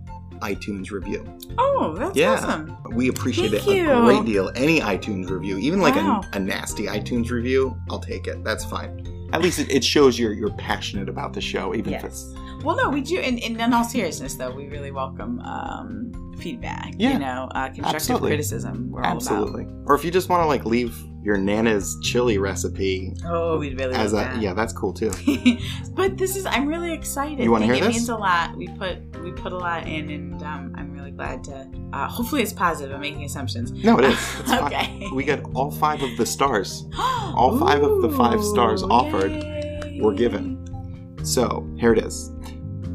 Speaker 1: iTunes review.
Speaker 2: oh that's
Speaker 1: Yeah.
Speaker 2: awesome
Speaker 1: We appreciate
Speaker 2: Thank
Speaker 1: it a
Speaker 2: you.
Speaker 1: great deal. Any iTunes review, even like
Speaker 2: Wow.
Speaker 1: a, a nasty iTunes review, I'll take it. That's fine. At least it, it shows you're you're passionate about the show, even if it's
Speaker 2: Yes. Well, no, we do. And, and in all seriousness, though, we really welcome um, feedback.
Speaker 1: Yeah.
Speaker 2: You know, uh, constructive
Speaker 1: Absolutely.
Speaker 2: criticism. We're
Speaker 1: Oh, absolutely. Or if you just want to like leave your nana's chili recipe
Speaker 2: all about. Oh, we'd really
Speaker 1: as a
Speaker 2: love that.
Speaker 1: yeah, that's cool too.
Speaker 2: <laughs> but this is. I'm really excited.
Speaker 1: You wanna
Speaker 2: Like,
Speaker 1: hear
Speaker 2: it
Speaker 1: this?
Speaker 2: means a lot. We put we put a lot in, and um, I'm really glad to. Uh, hopefully, it's positive. I'm making assumptions.
Speaker 1: No, it
Speaker 2: <laughs>
Speaker 1: is. It's fine.
Speaker 2: okay.
Speaker 1: We got all five of the stars. all five of the five stars
Speaker 2: Ooh,
Speaker 1: offered
Speaker 2: yay.
Speaker 1: were given. So, here it is.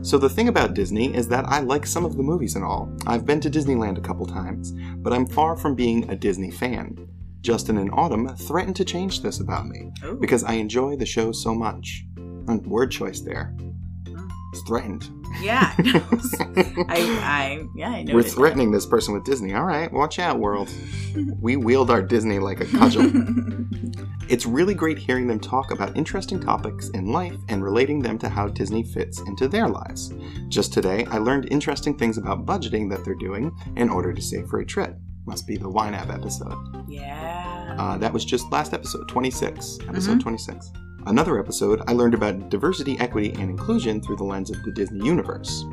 Speaker 1: So, the thing about Disney is that I like some of the movies and all. I've been to Disneyland a couple times, but I'm far from being a Disney fan. Justin and Autumn threatened to change this about me
Speaker 2: Ooh.
Speaker 1: because I enjoy the show so much. And word choice there. It's threatened.
Speaker 2: yeah. Hmm. <laughs>
Speaker 1: <laughs>
Speaker 2: I, I yeah I know
Speaker 1: We're threatening this person with Disney. All right, watch out, world. We wield our Disney like a
Speaker 2: <laughs>
Speaker 1: cudgel. It's really great hearing them talk about interesting topics in life and relating them to how Disney fits into their lives. Just today, I learned interesting things about budgeting that they're doing in order to save for a trip. Must be the Wine App episode.
Speaker 2: yeah.
Speaker 1: Uh, that was just last episode, 26. Episode
Speaker 2: Mhm.
Speaker 1: 26. Another episode, I learned about diversity, equity, and inclusion through the lens of the Disney universe.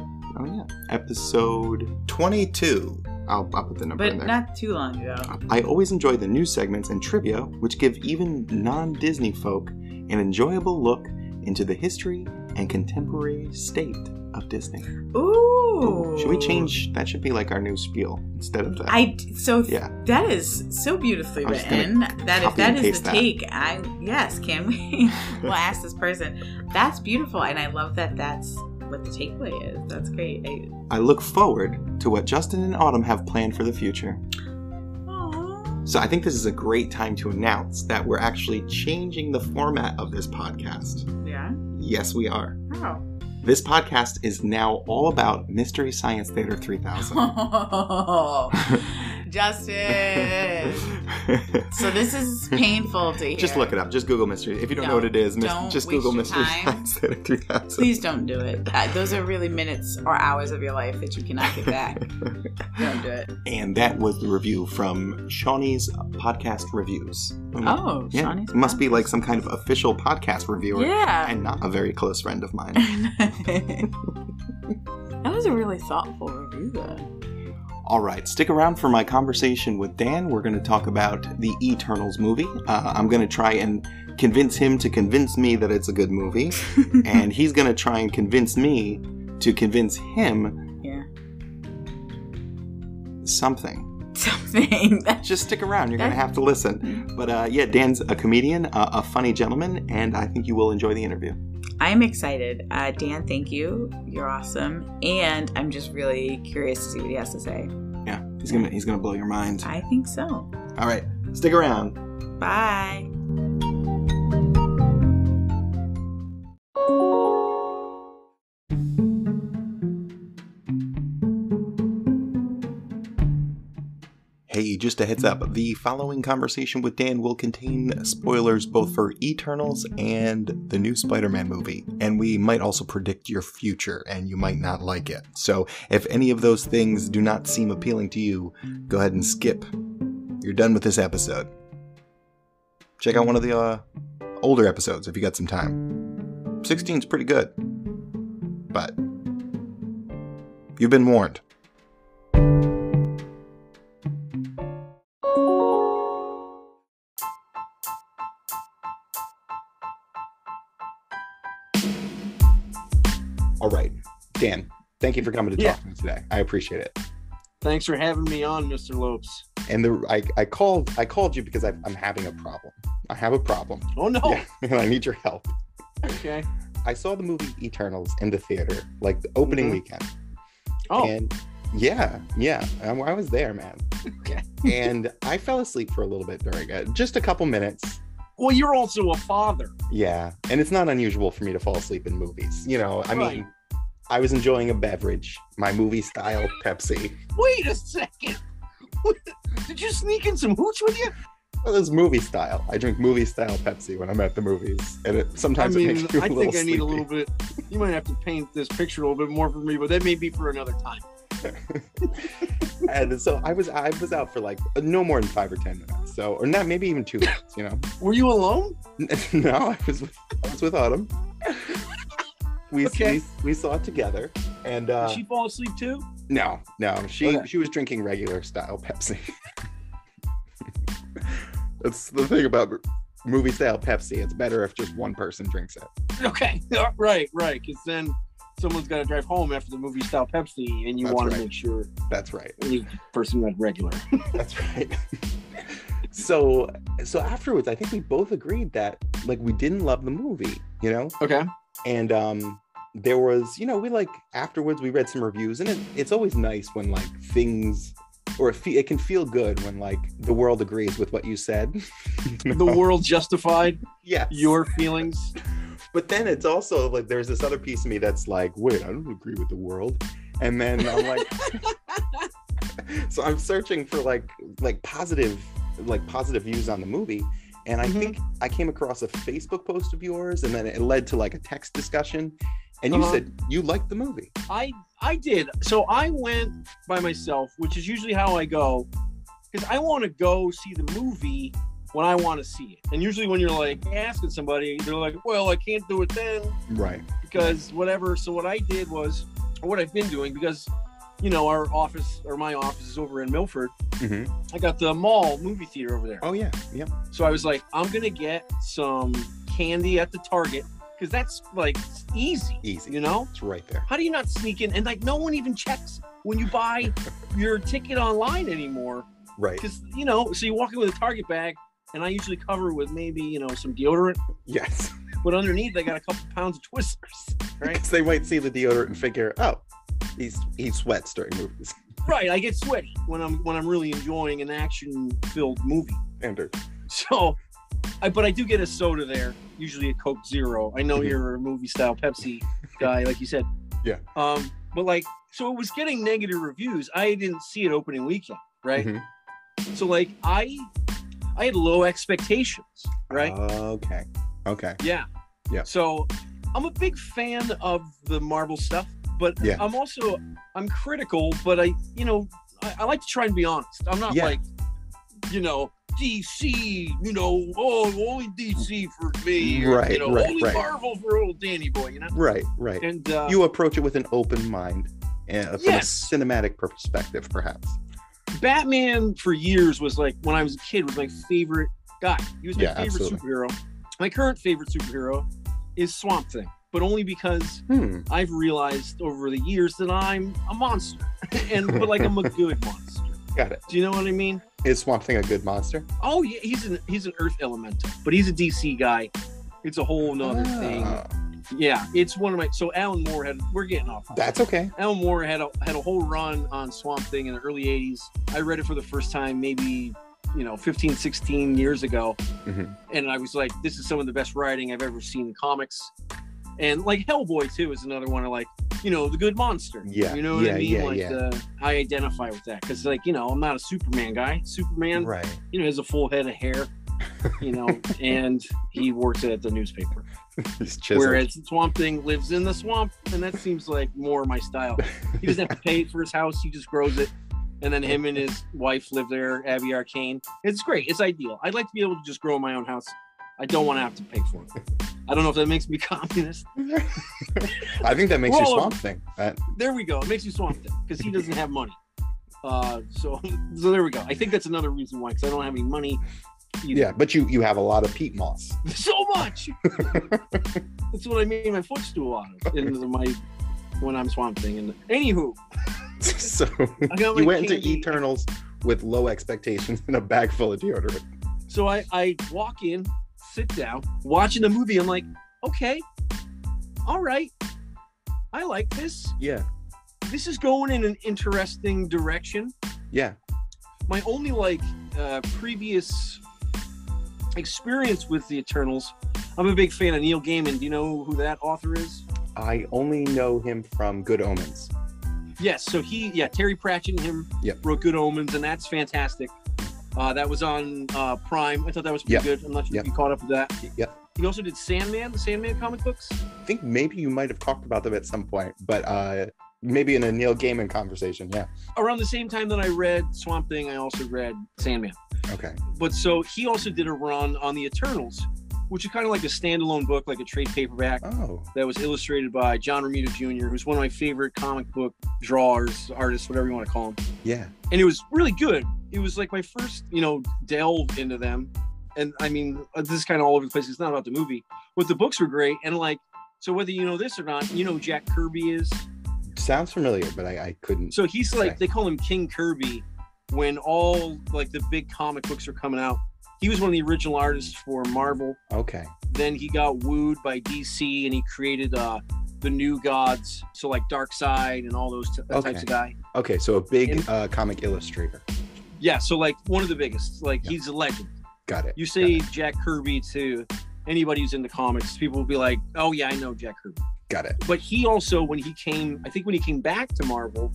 Speaker 1: Oh, yeah. Episode 22. I'll, I'll put the number
Speaker 2: but
Speaker 1: in there.
Speaker 2: not too long ago.
Speaker 1: I always enjoy the news segments and trivia, which give even non Disney folk an enjoyable look into the history and contemporary state of Disney.
Speaker 2: Ooh.
Speaker 1: Should we change? That should be like our new spiel instead of that.
Speaker 2: I so th-
Speaker 1: Yeah.
Speaker 2: that is so beautifully
Speaker 1: I'm just gonna
Speaker 2: written that if
Speaker 1: copy
Speaker 2: that
Speaker 1: and
Speaker 2: is
Speaker 1: paste
Speaker 2: the
Speaker 1: that.
Speaker 2: take, I yes, can we? <laughs> we'll ask this person.
Speaker 1: <laughs>
Speaker 2: That's beautiful, and I love that. That's what the takeaway is. That's great. I,
Speaker 1: I look forward to what Justin and Autumn have planned for the future.
Speaker 2: Aw.
Speaker 1: So I think this is a great time to announce that we're actually changing the format of this podcast.
Speaker 2: yeah.
Speaker 1: Yes, we are.
Speaker 2: Wow.
Speaker 1: This podcast <laughs>
Speaker 2: <laughs>
Speaker 1: is now all about Mystery Science Theater 3000.
Speaker 2: Oh. <laughs> Justin. so this is painful to
Speaker 1: <laughs>
Speaker 2: hear.
Speaker 1: Just look it up. Just Google mystery. If you don't
Speaker 2: No,
Speaker 1: know what it is, mis-
Speaker 2: don't
Speaker 1: just
Speaker 2: waste
Speaker 1: Google
Speaker 2: your
Speaker 1: mystery
Speaker 2: time.
Speaker 1: science theater 3000.
Speaker 2: Please don't do it. Uh, those are really minutes or hours of your life that you cannot get back. don't do it.
Speaker 1: <laughs> and that was the review from Shawnee's podcast reviews.
Speaker 2: Oh,
Speaker 1: yeah,
Speaker 2: Shawnee's
Speaker 1: must be like some kind of official podcast reviewer,
Speaker 2: <laughs> Yeah.
Speaker 1: and not a very close friend of mine.
Speaker 2: that was a really thoughtful review, though.
Speaker 1: All right, stick around for my conversation with Dan. We're going to talk about the Eternals movie. Uh, I'm going to try and convince him to convince me that it's a good
Speaker 2: <laughs>
Speaker 1: movie, and he's going to try and convince me to convince him
Speaker 2: yeah.
Speaker 1: something.
Speaker 2: Something that
Speaker 1: Just stick around, you're going to have to listen. But uh, yeah, Dan's a comedian, uh, a funny gentleman, and I think you will enjoy the interview.
Speaker 2: I'm excited. Uh, Dan, thank you. You're awesome. And I'm just really curious to see what he has to say.
Speaker 1: Yeah, he's going to he's going to blow your mind.
Speaker 2: I think so.
Speaker 1: All right, stick around.
Speaker 2: Bye.
Speaker 1: Hey, just a heads up the following conversation with Dan will contain spoilers both for Eternals and the new Spider Man movie, and we might also predict your future and you might not like it. So if any of those things do not seem appealing to you, go ahead and skip. You're done with this episode. Check out one of the uh, older episodes if you got some time. 16's pretty good, but you've been warned. All right, Dan, thank you for coming to talk
Speaker 3: Yeah.
Speaker 1: to me today. I appreciate it.
Speaker 3: Thanks for having me on, Mr. Lopes.
Speaker 1: And the I, I called I called you because I, I'm having a problem. I have a problem,
Speaker 3: Oh no.
Speaker 1: Yeah. <laughs> and I need your help.
Speaker 3: Okay.
Speaker 1: I saw the movie Eternals in the theater, like the opening
Speaker 3: Mhm.
Speaker 1: weekend.
Speaker 3: Oh,
Speaker 1: And yeah, yeah, I, I was there, man.
Speaker 3: Okay. <laughs>
Speaker 1: and I fell asleep for a little bit during it, just a couple minutes.
Speaker 3: well, you're also a father.
Speaker 1: Yeah, and it's not unusual for me to fall asleep in movies. You know, I
Speaker 3: Right.
Speaker 1: mean, I was enjoying a beverage, my movie style Pepsi.
Speaker 3: Wait a second. <laughs> Did you sneak in some hooch with you?
Speaker 1: Well, it was movie style. I drink movie style Pepsi when I'm at the movies, and it
Speaker 3: I
Speaker 1: sometimes it
Speaker 3: mean,
Speaker 1: makes you a
Speaker 3: I
Speaker 1: little
Speaker 3: think I
Speaker 1: sleepy.
Speaker 3: need a little bit. You might have to paint this picture a little bit more for me, but that may be for another time.
Speaker 1: <laughs> and so I was I was out for like no more than five or ten minutes. So or not maybe even two minutes, you know. <laughs>
Speaker 3: Were you alone?
Speaker 1: no, I was with, I was with Autumn. We,
Speaker 3: Okay.
Speaker 1: we we saw it together, and uh,
Speaker 3: Did she fall asleep too? <laughs>
Speaker 1: no no she
Speaker 3: Okay.
Speaker 1: she was drinking regular style Pepsi. <laughs> That's the thing about movie style Pepsi. It's better if just one person drinks it.
Speaker 3: Okay. <laughs> Right, right. Because then someone's got to drive home after the movie style Pepsi, and you
Speaker 1: That's
Speaker 3: want
Speaker 1: right.
Speaker 3: to make sure
Speaker 1: That's right.
Speaker 3: the person went
Speaker 1: <laughs>
Speaker 3: regular.
Speaker 1: That's right. <laughs> so so afterwards, I think we both agreed that like we didn't love the movie, you know,
Speaker 3: Okay.
Speaker 1: and um there was you know we like afterwards we read some reviews and it, it's always nice when like things or it, fe- it can feel good when like the world agrees with what you said
Speaker 3: The world justified
Speaker 1: yeah
Speaker 3: your feelings.
Speaker 1: but then it's also like there's this other piece of me that's like wait i don't agree with the world and then i'm
Speaker 3: <laughs>
Speaker 1: like so i'm searching for like like positive like positive views on the movie and i
Speaker 3: Mhm.
Speaker 1: think i came across a facebook post of yours and then it led to like a text discussion and you
Speaker 3: Uh-huh.
Speaker 1: said you liked the movie
Speaker 3: I I did. So I went by myself, which is usually how I go, because I want to go see the movie when I want to see it. And usually, when you're like asking somebody, they're like, "Well, I can't do it then
Speaker 1: right
Speaker 3: because whatever." So what I did was, or what I've been doing, because you know our office or my office is over in Milford.
Speaker 1: hmm
Speaker 3: I got the mall movie theater over there.
Speaker 1: oh yeah yeah
Speaker 3: So I was like, I'm gonna get some candy at the Target because that's like easy,
Speaker 1: Easy.
Speaker 3: you know.
Speaker 1: It's right there.
Speaker 3: How do you not sneak in? And like, no one even checks when you buy your ticket online anymore.
Speaker 1: Right.
Speaker 3: Because, you know, so you walk in with a Target bag, and I usually cover with maybe, you know, some deodorant,
Speaker 1: Yes.
Speaker 3: but underneath, I got a couple pounds of
Speaker 1: <laughs>
Speaker 3: Twizzlers. Right.
Speaker 1: Because they might see the deodorant and figure, oh, he's he sweats during movies.
Speaker 3: <laughs>
Speaker 1: <laughs>
Speaker 3: right. I get sweaty when I'm when I'm really enjoying an action filled movie. <laughs>
Speaker 1: Ender.
Speaker 3: So, I, but I do get a soda there, usually a Coke Zero. I know
Speaker 1: Mhm.
Speaker 3: you're a movie style Pepsi guy, like you said.
Speaker 1: Yeah. Mm-hmm.
Speaker 3: Um, but like, so it was getting negative reviews. I didn't see it opening weekend, right? So like I I had low expectations, right?
Speaker 1: Okay. Okay.
Speaker 3: Yeah.
Speaker 1: Uh, Yeah.
Speaker 3: So I'm a big fan of the Marvel stuff, but
Speaker 1: Yeah.
Speaker 3: I'm also I'm critical, but I you know, I, I like to try and be honest. I'm not
Speaker 1: Yeah.
Speaker 3: like, you know, DC, you know, oh only DC for me, or,
Speaker 1: Right,
Speaker 3: you know,
Speaker 1: right,
Speaker 3: only
Speaker 1: right.
Speaker 3: Marvel for old Danny boy, you know.
Speaker 1: Right. Right.
Speaker 3: And uh,
Speaker 1: you approach it with an open mind and from
Speaker 3: Yes.
Speaker 1: a cinematic perspective, perhaps.
Speaker 3: Batman for years was like when I was a kid was my favorite guy. He was my
Speaker 1: Yeah,
Speaker 3: favorite
Speaker 1: absolutely.
Speaker 3: superhero. My current favorite superhero is Swamp Thing, but only because
Speaker 1: Hmm.
Speaker 3: I've realized over the years that I'm a monster, <laughs> and but like I'm a good monster.
Speaker 1: Got it.
Speaker 3: Do you know what I mean?
Speaker 1: Is Swamp Thing a good monster?
Speaker 3: Oh yeah, he's an he's an Earth Elemental, but he's a DC guy. It's a whole nother
Speaker 1: Ah,
Speaker 3: thing. Yeah, it's one of my. So Alan Moore had. We're getting off.
Speaker 1: That's okay.
Speaker 3: Alan Moore had a had a whole run on Swamp Thing in the early '80s. I read it for the first time maybe you know 15, 16 years ago,
Speaker 1: Mhm.
Speaker 3: and I was like, this is some of the best writing I've ever seen in comics. And like Hellboy too is another one. I like you know the good monster.
Speaker 1: Yeah,
Speaker 3: you know what
Speaker 1: yeah,
Speaker 3: I mean.
Speaker 1: yeah,
Speaker 3: like
Speaker 1: yeah.
Speaker 3: The, I identify with that because like you know I'm not a Superman guy. Superman,
Speaker 1: Right.
Speaker 3: you know, has a full head of hair.
Speaker 1: <laughs>
Speaker 3: You know, and he works at the newspaper.
Speaker 1: He's chiseled.
Speaker 3: Whereas Swamp Thing lives in the swamp, and that seems like more my style. He doesn't have to pay for his house; he just grows it. And then him and his wife live there, Abby Arcane. It's great. It's ideal. I'd like to be able to just grow my own house. I don't want to have to pay for it. I don't know if that makes me <laughs> communist.
Speaker 1: <laughs> I think that makes you
Speaker 3: Well,
Speaker 1: Swamp Thing. Uh, That-
Speaker 3: There we go. It makes you Swamp Thing because he doesn't have money. Uh, so, <laughs> so there we go. I think that's another reason why, because I don't have any money. Either.
Speaker 1: yeah, but you you have a lot of peat moss.
Speaker 3: <laughs>
Speaker 1: <laughs>
Speaker 3: so much. <laughs> That's what I mean. My footstool on it, and my when I'm Swamp Thing. And anywho,
Speaker 1: so
Speaker 3: I got my
Speaker 1: you went into
Speaker 3: candy.
Speaker 1: Eternals with low expectations and a bag full of deodorant.
Speaker 3: So I I walk in, sit down, watching the movie. I'm like, okay, all right, I like this.
Speaker 1: Yeah.
Speaker 3: This is going in an interesting direction.
Speaker 1: Yeah.
Speaker 3: My only like uh, previous experience with the Eternals. I'm a big fan of Neil Gaiman. Do you know who that author is?
Speaker 1: I only know him from Good Omens.
Speaker 3: Yes. So he, yeah, Terry Pratchett and him
Speaker 1: Yep.
Speaker 3: wrote Good Omens, and that's fantastic. Uh, that was on uh, Prime. I thought that was pretty
Speaker 1: Yep.
Speaker 3: good. I'm not sure
Speaker 1: Yep.
Speaker 3: if you caught up with that.
Speaker 1: Yep.
Speaker 3: He also did Sandman, the Sandman comic books.
Speaker 1: I think maybe you might have talked about them at some point, but uh maybe in a Neil Gaiman conversation. Yeah.
Speaker 3: Around the same time that I read Swamp Thing, I also read Sandman.
Speaker 1: Okay.
Speaker 3: But so he also did a run on the Eternals, which is kind of like a standalone book, like a trade paperback.
Speaker 1: Oh.
Speaker 3: that was illustrated by John Romita Jr., who's one of my favorite comic book drawers, artists, whatever you want to call him.
Speaker 1: Yeah.
Speaker 3: and it was really good. It was like my first, you know, delve into them. And I mean, uh, this is kind of all over the place. It's not about the movie, but the books were great. And like, so whether you know this or not, you know who Jack Kirby is.
Speaker 1: Sounds familiar, but I, I couldn't.
Speaker 3: So he's
Speaker 1: Okay.
Speaker 3: like they call him King Kirby when all like the big comic books are coming out. He was one of the original artists for Marvel.
Speaker 1: Okay.
Speaker 3: Then he got wooed by DC and he created uh the new gods. So like Dark Side and all those t- types
Speaker 1: Okay.
Speaker 3: of guy.
Speaker 1: Okay. So a big
Speaker 3: And-
Speaker 1: uh, comic illustrator.
Speaker 3: Yeah, so like one of the biggest. Like
Speaker 1: Yeah.
Speaker 3: he's a legend.
Speaker 1: Got it.
Speaker 3: You
Speaker 1: Got
Speaker 3: say
Speaker 1: it.
Speaker 3: Jack Kirby to anybody who's in the comics, people will be like, "Oh yeah, I know Jack Kirby."
Speaker 1: Got it.
Speaker 3: But he also, when he came, I think when he came back to Marvel,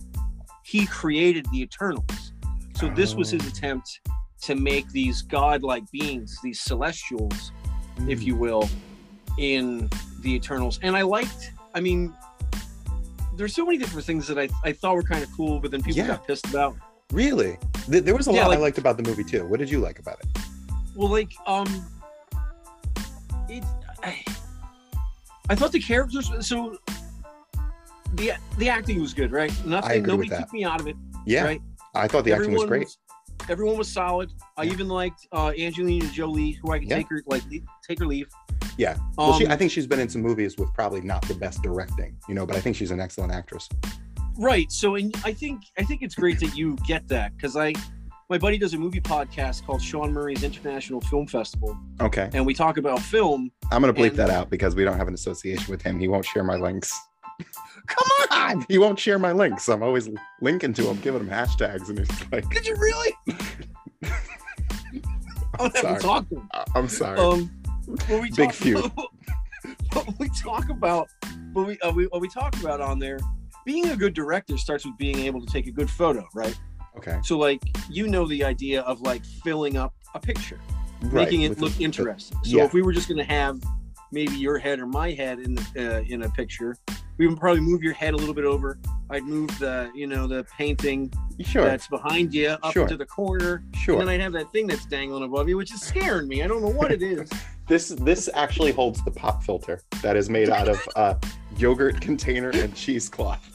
Speaker 3: he created the Eternals. So this was
Speaker 1: Oh.
Speaker 3: his attempt to make these godlike beings, these Celestials, if
Speaker 1: Hmm.
Speaker 3: you will, in the Eternals. And I liked. I mean, there's so many different things that I I thought were kind of cool, but then people
Speaker 1: Yeah.
Speaker 3: got pissed about.
Speaker 1: Mm-hmm. Really? Th- there was a
Speaker 3: Yeah,
Speaker 1: lot
Speaker 3: like-
Speaker 1: I liked about the movie too. What did you like about it?
Speaker 3: Well, like, um, it. I, I thought the characters. So the the acting was good, right? Nothing.
Speaker 1: agree with
Speaker 3: nobody
Speaker 1: that.
Speaker 3: took me out of it.
Speaker 1: Yeah.
Speaker 3: Right.
Speaker 1: I thought the acting was great.
Speaker 3: everyone was solid. I
Speaker 1: Yeah.
Speaker 3: even liked uh, Angelina Jolie, who I could
Speaker 1: Yeah.
Speaker 3: take her like le- take her leave.
Speaker 1: Yeah.
Speaker 3: Um,
Speaker 1: well, she, I think she's been in some movies with probably not the best directing, you know, but I think she's an excellent actress.
Speaker 3: right. So, and I think I think it's great that you get that because I. My buddy does a movie podcast called Sean Murray's International Film Festival,
Speaker 1: Okay.
Speaker 3: and we talk about film. <laughs>
Speaker 1: I'm going to bleep
Speaker 3: And-
Speaker 1: that out because we don't have an association with him. He won't share my
Speaker 3: <laughs>
Speaker 1: links. Come on. He won't share my links. I'm always linking to him, giving him hashtags. And he's like,
Speaker 3: Did you really? I
Speaker 1: Sorry.
Speaker 3: haven't talked to him.
Speaker 1: "I- Uh, I'm sorry.
Speaker 3: um when we
Speaker 1: Big
Speaker 3: talk <laughs>
Speaker 1: feud.
Speaker 3: what we talk about what we, uh, we what we talk about on there being a good director starts with being able to take a good photo right
Speaker 1: Okay.
Speaker 3: So like you know the idea of like filling up a picture,
Speaker 1: Right,
Speaker 3: making it
Speaker 1: with
Speaker 3: look
Speaker 1: the-
Speaker 3: interesting. So
Speaker 1: yeah.
Speaker 3: if we were just going to have maybe your head or my head in the uh, in a picture, we would probably move your head a little bit over. I'd move the you know the painting
Speaker 1: Sure.
Speaker 3: that's behind you up
Speaker 1: Sure.
Speaker 3: to the corner,
Speaker 1: sure.
Speaker 3: and then I have that thing that's dangling above you, which is scaring me. I don't know what
Speaker 1: <laughs>
Speaker 3: it is.
Speaker 1: This this actually holds the pop filter that is made out of uh, yogurt container and cheesecloth.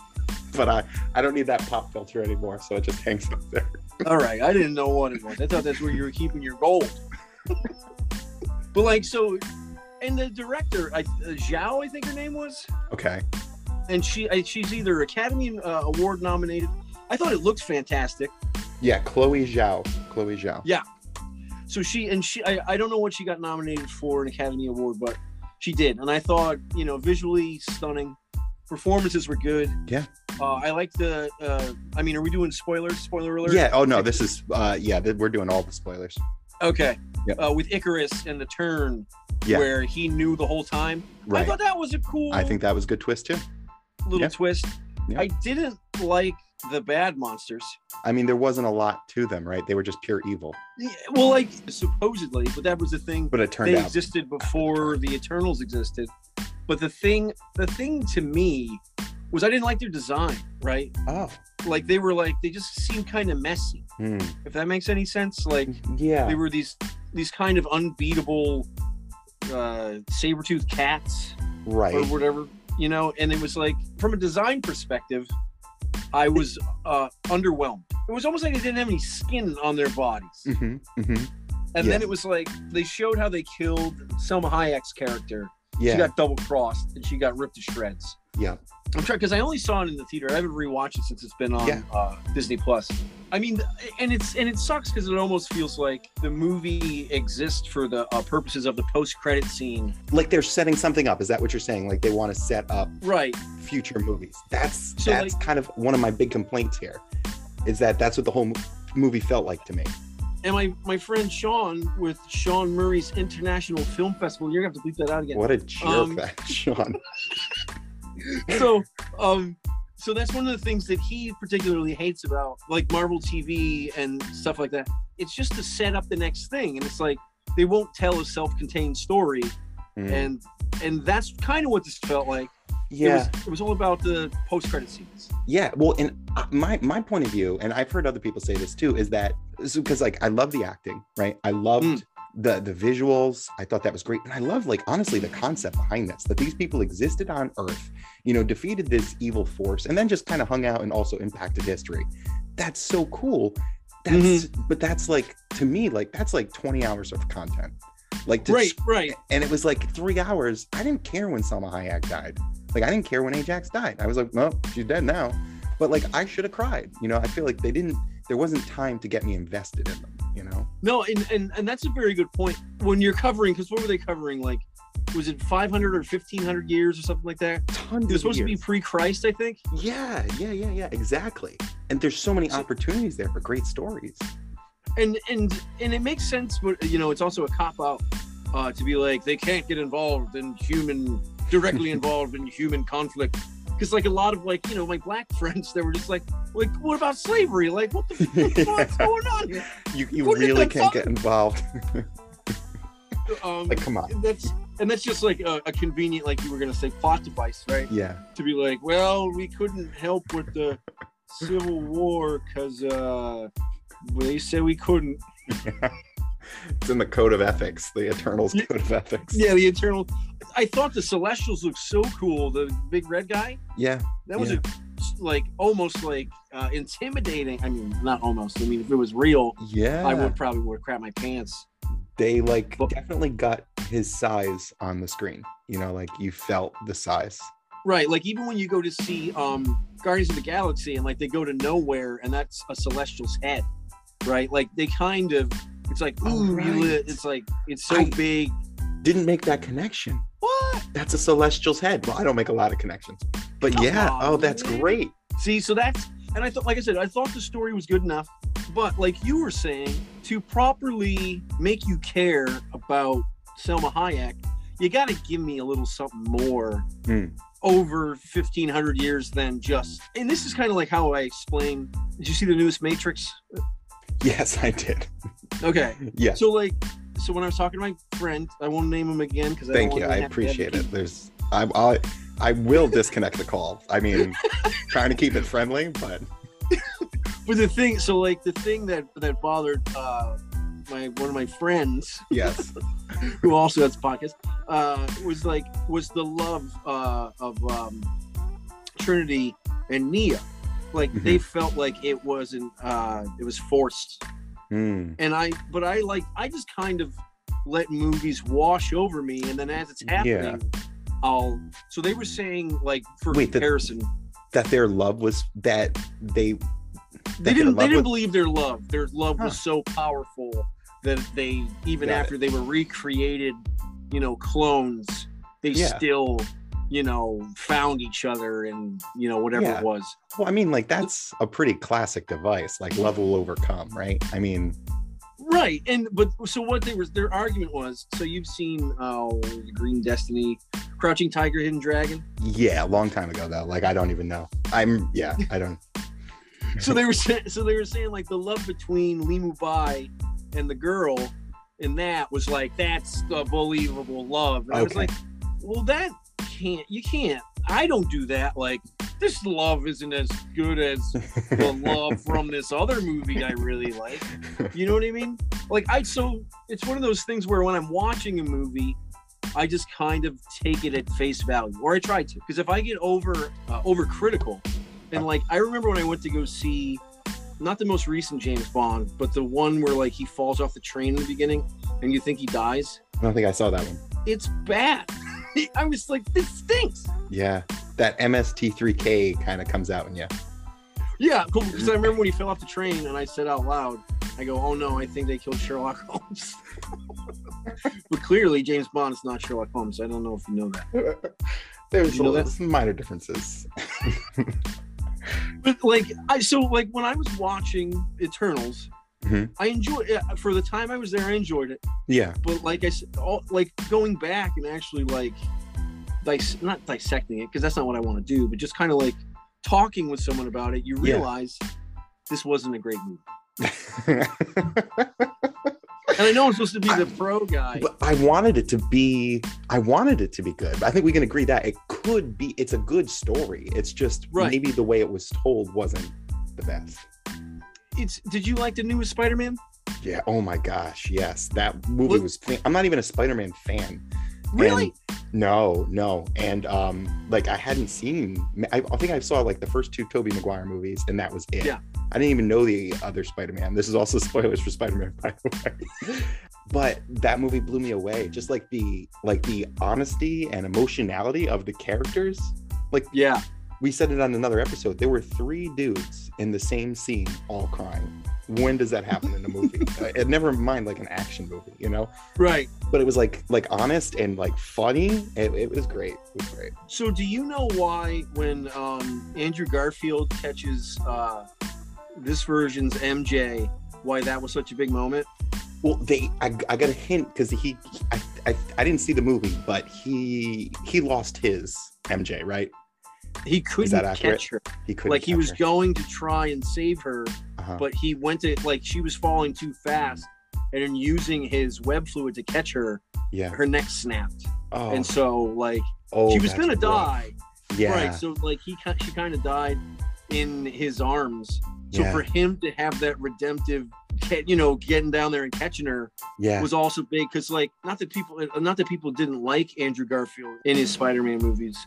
Speaker 1: But I I don't need that pop filter anymore, so it just hangs up there.
Speaker 3: All right, I didn't know what it was. I thought that's where you were keeping your gold. <laughs> but like so, and the director, I, uh, Zhao, I think her name was,
Speaker 1: Okay.
Speaker 3: and she I, she's either Academy uh, Award nominated. I thought it looked fantastic.
Speaker 1: Yeah, Chloe Zhao. Chloe Zhao.
Speaker 3: Yeah. So she and she I, I don't know what she got nominated for an Academy Award, but she did, and I thought you know visually stunning. Performances were good.
Speaker 1: Yeah.
Speaker 3: Uh, I like the. Uh, I mean, are we doing spoilers? Spoiler alert.
Speaker 1: Yeah. Oh no, this is uh yeah, th- we're doing all the spoilers.
Speaker 3: Okay.
Speaker 1: Yep.
Speaker 3: Uh, with Icarus and the turn,
Speaker 1: Yeah.
Speaker 3: where he knew the whole time. I
Speaker 1: Right.
Speaker 3: thought that was a cool
Speaker 1: I think that was a good twist too.
Speaker 3: little
Speaker 1: yeah.
Speaker 3: twist.
Speaker 1: Yeah.
Speaker 3: I didn't like the bad monsters.
Speaker 1: I mean, there wasn't a lot to them, right? They were just pure evil.
Speaker 3: Yeah, Well, like supposedly, but that was the thing.
Speaker 1: But it turned
Speaker 3: They
Speaker 1: out
Speaker 3: existed before the Eternals existed. But the thing, the thing to me was I didn't like their design. Right?
Speaker 1: Oh.
Speaker 3: Like they were like they just seemed kind of messy.
Speaker 1: Hmm.
Speaker 3: If that makes any sense. Like
Speaker 1: Yeah.
Speaker 3: they were these these kind of unbeatable uh, saber-toothed cats. or
Speaker 1: Right.
Speaker 3: whatever, you know. And it was like, from a design perspective, I was uh, underwhelmed. It was almost like they didn't have any skin on their bodies.
Speaker 1: Mm-hmm. Mm-hmm.
Speaker 3: And
Speaker 1: yeah.
Speaker 3: then it was like they showed how they killed Selma Hayek's character.
Speaker 1: Yeah.
Speaker 3: She got double crossed and she got ripped to shreds.
Speaker 1: Yeah.
Speaker 3: I'm sure because I only saw it in the theater. I haven't rewatched it since it's been on
Speaker 1: Yeah.
Speaker 3: uh, Disney Plus. I mean, and it's and it sucks because it almost feels like the movie exists for the uh, purposes of the post-credit scene,
Speaker 1: like they're setting something up. Is that what you're saying? Like they want to set up
Speaker 3: right?
Speaker 1: future movies. That's
Speaker 3: So,
Speaker 1: that's kind of one of my big complaints here, is that that's what the whole mo- movie felt like to me.
Speaker 3: and my my friend Sean with Sean Murray's International Film Festival. You're gonna have to bleep that out again.
Speaker 1: What a jerk
Speaker 3: Um,
Speaker 1: that <laughs> Sean.
Speaker 3: So, um, so that's one of the things that he particularly hates about like Marvel TV and stuff like that. It's just to set up the next thing, and it's like they won't tell a self-contained story,
Speaker 1: Mm.
Speaker 3: and and that's kind of what this felt like.
Speaker 1: yeah,
Speaker 3: it was, it was all about the post-credit scenes.
Speaker 1: yeah. Well, and uh, my my point of view, and I've heard other people say this too, is that because like I love the acting, right? I loved.
Speaker 3: Mm.
Speaker 1: The, the visuals i thought that was great and i love like honestly the concept behind this that these people existed on earth you know defeated this evil force and then just kind of hung out and also impacted history that's so cool that's
Speaker 3: Mm-hmm.
Speaker 1: but that's like to me like that's like 20 hours of content like to
Speaker 3: Right, right.
Speaker 1: and it was like three hours. I didn't care when Selma Hayek died. Like I didn't care when Ajax died. I was like, well, she's dead now. But like I should have cried. You know, I feel like they didn't. There wasn't time to get me invested in them. You know.
Speaker 3: No, and, and and that's a very good point. When you're covering, because what were they covering? Like, was it 500 or 1500 years or something like that?
Speaker 1: Tons.
Speaker 3: It was supposed to be
Speaker 1: years.
Speaker 3: pre-Christ, I think.
Speaker 1: Yeah, yeah, yeah, yeah. Exactly. And there's so many
Speaker 3: So-
Speaker 1: opportunities there for great
Speaker 3: <laughs>
Speaker 1: stories. <laughs>
Speaker 3: And and and it makes sense, but you know, it's also a cop out uh, to be like they can't get involved in human
Speaker 1: <laughs>
Speaker 3: directly involved in human conflict. Because like a lot of like you know my black <laughs> friends, they were just like like what about slavery?
Speaker 1: <laughs>
Speaker 3: Like what the, what the fuck's going on? Here?
Speaker 1: You you
Speaker 3: Who did
Speaker 1: really
Speaker 3: the
Speaker 1: can't
Speaker 3: fuck?
Speaker 1: get involved. <laughs>
Speaker 3: Um,
Speaker 1: Like, come on.
Speaker 3: and that's and that's just like a, a convenient like you were gonna say plot device, right?
Speaker 1: Yeah.
Speaker 3: to be like, well, we couldn't help with the Civil War because uh, they said we couldn't.
Speaker 1: It's in the code of ethics, the Eternals
Speaker 3: Yeah.
Speaker 1: code of ethics.
Speaker 3: <laughs> Yeah, the internal. I thought the Celestials looked so cool. The big red guy.
Speaker 1: Yeah.
Speaker 3: That was a, like almost like uh, intimidating. I mean, not almost. I mean, if it was real,
Speaker 1: Yeah.
Speaker 3: I would probably would have crap my pants.
Speaker 1: they like
Speaker 3: But-
Speaker 1: definitely got his size on the screen. You know, like you felt the size.
Speaker 3: Right. Like even when you go to see um, Guardians of the Galaxy and like they go to nowhere and that's a Celestial's head, right? Like they kind of. It's like,
Speaker 1: Oh,
Speaker 3: ooh, you li-
Speaker 1: right.
Speaker 3: it's like it's so
Speaker 1: I-
Speaker 3: big.
Speaker 1: Didn't make that connection.
Speaker 3: What?
Speaker 1: That's a celestial's head. Well, I don't make a lot of connections, but
Speaker 3: Come
Speaker 1: yeah.
Speaker 3: on,
Speaker 1: oh, that's
Speaker 3: man.
Speaker 1: great.
Speaker 3: See, so that's and I thought, like I said, I thought the story was good enough, but like you were saying, to properly make you care about Selma Hayek, you got to give me a little something more
Speaker 1: Hmm.
Speaker 3: over 1500 years than just. And this is kind of like how I explain. Did you see the newest Matrix?
Speaker 1: Yes, I did.
Speaker 3: Okay.
Speaker 1: Yeah.
Speaker 3: So, like, so when I was talking to my friend, I won't name him again because
Speaker 1: Thank you. I appreciate it. There's, I, I, I will disconnect the call. I mean, trying to keep it friendly, but
Speaker 3: But the thing, so like the thing that that bothered uh, my one of my friends <laughs>
Speaker 1: yes,
Speaker 3: who also has a podcast uh, was like was the love uh, of um, Trinity and Nia. Like they
Speaker 1: Mm-hmm.
Speaker 3: felt like it wasn't uh, it was forced,
Speaker 1: Hmm.
Speaker 3: and I but I like I just kind of let movies wash over me, and then as it's
Speaker 1: Yeah.
Speaker 3: happening, I'll. So they were saying like for
Speaker 1: Wait, the-
Speaker 3: comparison,
Speaker 1: that their love was that they.
Speaker 3: they
Speaker 1: that their
Speaker 3: didn't
Speaker 1: love
Speaker 3: they didn't
Speaker 1: was-
Speaker 3: believe their love their love was so powerful that they even
Speaker 1: Got
Speaker 3: after they were recreated you know clones they
Speaker 1: Yeah.
Speaker 3: still you know found each other and you know whatever
Speaker 1: Yeah.
Speaker 3: it was
Speaker 1: Well, I mean, like that's a pretty classic device. Like love will overcome, right? I mean,
Speaker 3: right and but so what they was their argument was so you've seen uh green destiny crouching tiger hidden dragon
Speaker 1: yeah, a long time ago though. Like I don't even know. I'm yeah, I don't.
Speaker 3: so they were saying, so they were saying like the love between Limu Bai and the girl in that was like that's the believable love. And I was
Speaker 1: Okay.
Speaker 3: like, well, that can't you can't. I don't do that. Like this love isn't as good as the love from this other movie I really like. You know what I mean? Like I so it's one of those things where when I'm watching a movie. I just kind of take it at face value, or I try to, because if I get over uh, overcritical, and like I remember when I went to go see, not the most recent James Bond, but the one where like he falls off the train in the beginning, and you think he dies.
Speaker 1: I don't think I saw that one.
Speaker 3: It's bad. <laughs> I was like, this stinks.
Speaker 1: Yeah, that MST3K kind of comes out in you.
Speaker 3: Yeah, because I remember when he fell off the train, and I said out loud, I go, oh no, I think they killed Sherlock Holmes. <laughs> but clearly, James Bond is not Sherlock Holmes. I don't know if you know that.
Speaker 1: There's
Speaker 3: You know
Speaker 1: a-
Speaker 3: that?
Speaker 1: some minor differences. <laughs>
Speaker 3: But like I so like when I was watching Eternals,
Speaker 1: Mhm.
Speaker 3: I enjoyed yeah, for the time I was there. I enjoyed it, <laughs>
Speaker 1: Yeah,
Speaker 3: but like I s- all, like going back and actually like dis- not dissecting it because that's not what I want to do, but just kind of like talking with someone about it, you
Speaker 1: Yeah.
Speaker 3: realize this wasn't a great movie. And I know I'm supposed
Speaker 1: <laughs>
Speaker 3: to be the pro guy.
Speaker 1: but I wanted it to be. I wanted it to be good. I think we can agree that it could be. It's a good story. It's just
Speaker 3: Right.
Speaker 1: maybe the way it was told wasn't the best.
Speaker 3: it's did you like the newest Spider-Man?
Speaker 1: Yeah. Oh my gosh. Yes, that movie
Speaker 3: What-
Speaker 1: was. Th- I'm not even a Spider-Man fan.
Speaker 3: Really?
Speaker 1: And- no, no. And um, like I hadn't seen. I, I think I saw like the first two Tobey Maguire movies, and that was it.
Speaker 3: Yeah.
Speaker 1: I didn't even know the other Spider-Man. This is also <laughs> spoilers for Spider-Man, by the way. <laughs> but that movie blew me away. Just like the like the honesty and emotionality of the characters.
Speaker 3: Yeah.
Speaker 1: We said it on another episode. There were three dudes in the same scene, all crying. When does that happen in a movie? Uh, and never mind like an action movie, you know.
Speaker 3: Right.
Speaker 1: But it was like like honest and like funny. It, it was great. It was great.
Speaker 3: So, do you know why when um, Andrew Garfield catches uh, this version's MJ, why that was such a big moment?
Speaker 1: Well, they I, I got a hint because he I, I I didn't see the movie, but he he lost his MJ right.
Speaker 3: He couldn't
Speaker 1: accurate?
Speaker 3: catch her.
Speaker 1: He couldn't
Speaker 3: like he was
Speaker 1: capture-
Speaker 3: going to try and save her,
Speaker 1: uh-huh.
Speaker 3: but he went to like she was falling too fast, and in using his web fluid to catch her,
Speaker 1: yeah.
Speaker 3: her neck snapped,
Speaker 1: Oh,
Speaker 3: and so like
Speaker 1: oh,
Speaker 3: she was
Speaker 1: that's
Speaker 3: gonna
Speaker 1: rough.
Speaker 3: die.
Speaker 1: Yeah.
Speaker 3: Right. So like he ki- she kind of died in his arms. So
Speaker 1: yeah.
Speaker 3: for him to have that redemptive, ca- you know, getting down there and catching her.
Speaker 1: yeah. <laughs>
Speaker 3: was also big because like not that people uh, not that people didn't like Andrew Garfield in his Spider-Man movies,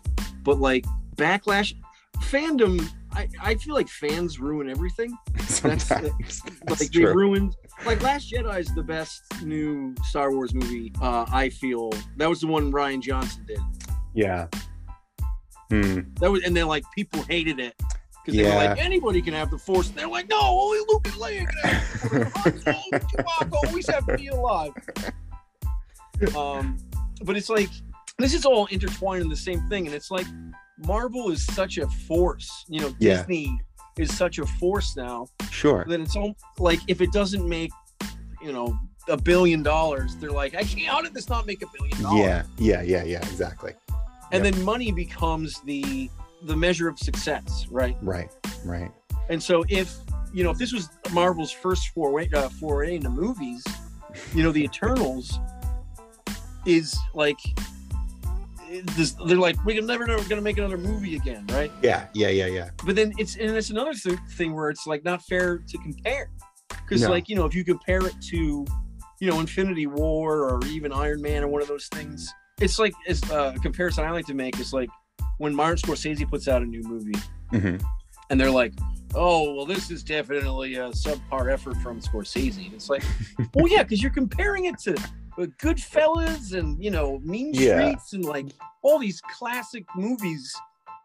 Speaker 3: but like backlash, fandom. I, I feel like fans ruin everything.
Speaker 1: Sometimes. That's,
Speaker 3: <laughs> like they
Speaker 1: true.
Speaker 3: ruined like Last Jedi is the best new Star Wars movie. Uh, I feel that was the one Ryan Johnson did.
Speaker 1: yeah. Hmm. <laughs>
Speaker 3: That was and then like people hated it because they
Speaker 1: Yeah.
Speaker 3: were like anybody can have the Force. They're like no, only Luke and Leia can have
Speaker 1: <laughs>
Speaker 3: Chewbacca always have to be alive. Um, but it's like this is all intertwined in the same thing, and it's like Marvel is such a force. You know,
Speaker 1: Yeah.
Speaker 3: Disney is such a force now
Speaker 1: sure.
Speaker 3: that it's all like if it doesn't make you know a billion dollars, they're like, I can't. How did this not make a billion dollars?
Speaker 1: Yeah, yeah, yeah, yeah, exactly.
Speaker 3: And
Speaker 1: Yep.
Speaker 3: then money becomes the the measure of success, right?
Speaker 1: Right, right.
Speaker 3: And so if you know if this was Marvel's first foray uh, foray into movies, you know the Eternals is like it- this, they're like we're never never gonna make another movie again, right?
Speaker 1: Yeah, yeah, yeah, yeah.
Speaker 3: But then it's and it's another th- thing where it's like not fair to compare because
Speaker 1: No.
Speaker 3: like you know if you compare it to you know Infinity War or even Iron Man or one of those things, it's like it's uh, a comparison I like to make is like when Martin Scorsese puts out a new movie
Speaker 1: Mm-hmm.
Speaker 3: and they're like, "Oh, well, this is definitely a subpar effort from Scorsese." And it's
Speaker 1: <laughs>
Speaker 3: like, "Well, yeah, because you're comparing it to uh, Goodfellas and you know Mean
Speaker 1: Yeah.
Speaker 3: Streets and like all these classic movies."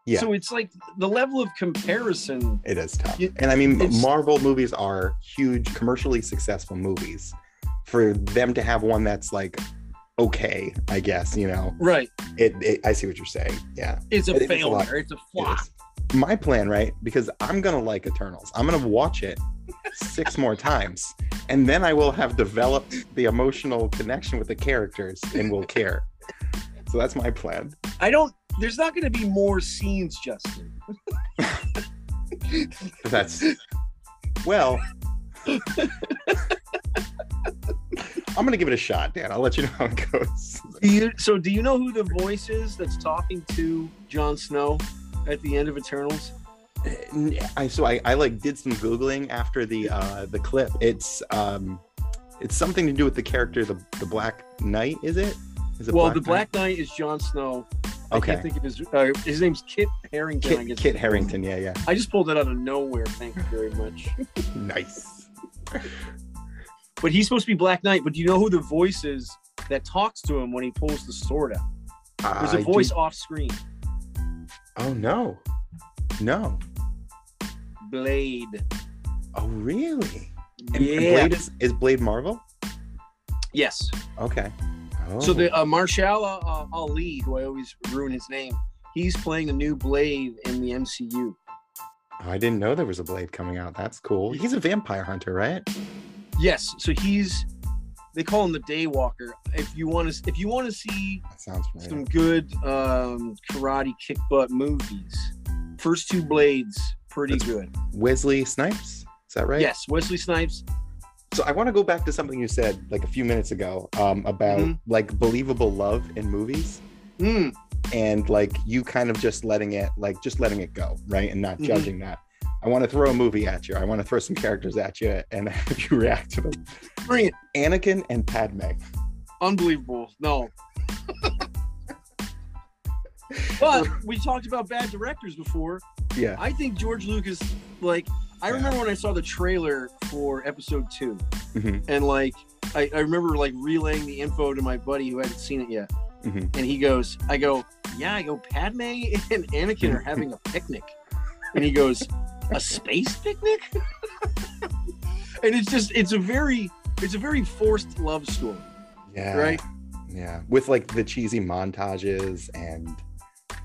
Speaker 1: Yeah.
Speaker 3: So it's like the level of comparison.
Speaker 1: It is tough.
Speaker 3: You-
Speaker 1: and I mean,
Speaker 3: it's-
Speaker 1: Marvel movies are huge, commercially successful movies. For them to have one that's like okay, I guess you know.
Speaker 3: Right.
Speaker 1: It, it I see what you're saying. Yeah.
Speaker 3: It's a
Speaker 1: It is a
Speaker 3: failure.
Speaker 1: lot.
Speaker 3: it's a
Speaker 1: it
Speaker 3: flop.
Speaker 1: is. My plan, right? Because I'm gonna like Eternals. I'm gonna watch it six more times, and then I will have developed the emotional connection with the characters and will care. So that's my plan.
Speaker 3: I don't. There's not going to be more scenes, Justin.
Speaker 1: <laughs> That's <laughs> well. I'm gonna give it a shot, Dan. I'll let you know how it goes.
Speaker 3: Do you, so, do you know who the voice is that's talking to Jon Snow at the end of Eternals?
Speaker 1: Eh, I so I, I like did some googling after the uh, the clip. It's um, it's something to do with the character the the Black Knight. Is it? Is it
Speaker 3: well, the
Speaker 1: Knight?
Speaker 3: Black Knight is Jon Snow. I
Speaker 1: Okay.
Speaker 3: can't think of his. Uh, his name's Kit Harrington. I
Speaker 1: Kit,
Speaker 3: guess.
Speaker 1: Kit Harrington. Yeah, yeah.
Speaker 3: I just pulled it out of nowhere. Thank you very much.
Speaker 1: Nice.
Speaker 3: But he's supposed to be Black Knight. But do you know who the voice is that talks to him when he pulls the sword out? There's
Speaker 1: I
Speaker 3: a
Speaker 1: do-
Speaker 3: voice off screen.
Speaker 1: Oh no, no.
Speaker 3: Blade.
Speaker 1: Oh really? And
Speaker 3: Yeah.
Speaker 1: Blade is, is Blade Marvel?
Speaker 3: Yes.
Speaker 1: Okay. Oh.
Speaker 3: So the uh, Marshall uh, uh, Ali, who I always ruin his name, he's playing the new Blade in the MCU.
Speaker 1: Oh, I didn't know there was a blade coming out. That's cool. He's a vampire hunter, right?
Speaker 3: Yes. So he's. They call him the Daywalker. If you want to, if you want to see
Speaker 1: That sounds
Speaker 3: some
Speaker 1: familiar.
Speaker 3: good um, karate kick butt movies. First two blades, pretty
Speaker 1: That's-
Speaker 3: good.
Speaker 1: Wesley Snipes. Is that right?
Speaker 3: Yes, Wesley Snipes.
Speaker 1: So I want to go back to something you said like a few minutes ago um, about
Speaker 3: Mhm.
Speaker 1: like believable love in movies
Speaker 3: Mm,
Speaker 1: and like you kind of just letting it like just letting it go, right? And not
Speaker 3: Mhm.
Speaker 1: judging that. I want to throw a movie at you. I want to throw some characters at you and <laughs> have you react to them.
Speaker 3: bring it.
Speaker 1: Anakin and Padme.
Speaker 3: Unbelievable.
Speaker 1: <laughs>
Speaker 3: No. but we talked about bad directors before.
Speaker 1: Yeah.
Speaker 3: I think George Lucas, like, I
Speaker 1: Yeah.
Speaker 3: remember when I saw the trailer for episode two,
Speaker 1: Mhm.
Speaker 3: and like, I, I remember like relaying the info to my buddy who hadn't seen it yet.
Speaker 1: Mhm.
Speaker 3: And he goes, I go, yeah, I go, Padme and Anakin are having a picnic. And he goes, a space picnic? <laughs> and it's just, it's a very, it's a very forced love story.
Speaker 1: Yeah.
Speaker 3: Right.
Speaker 1: Yeah. With like the cheesy montages and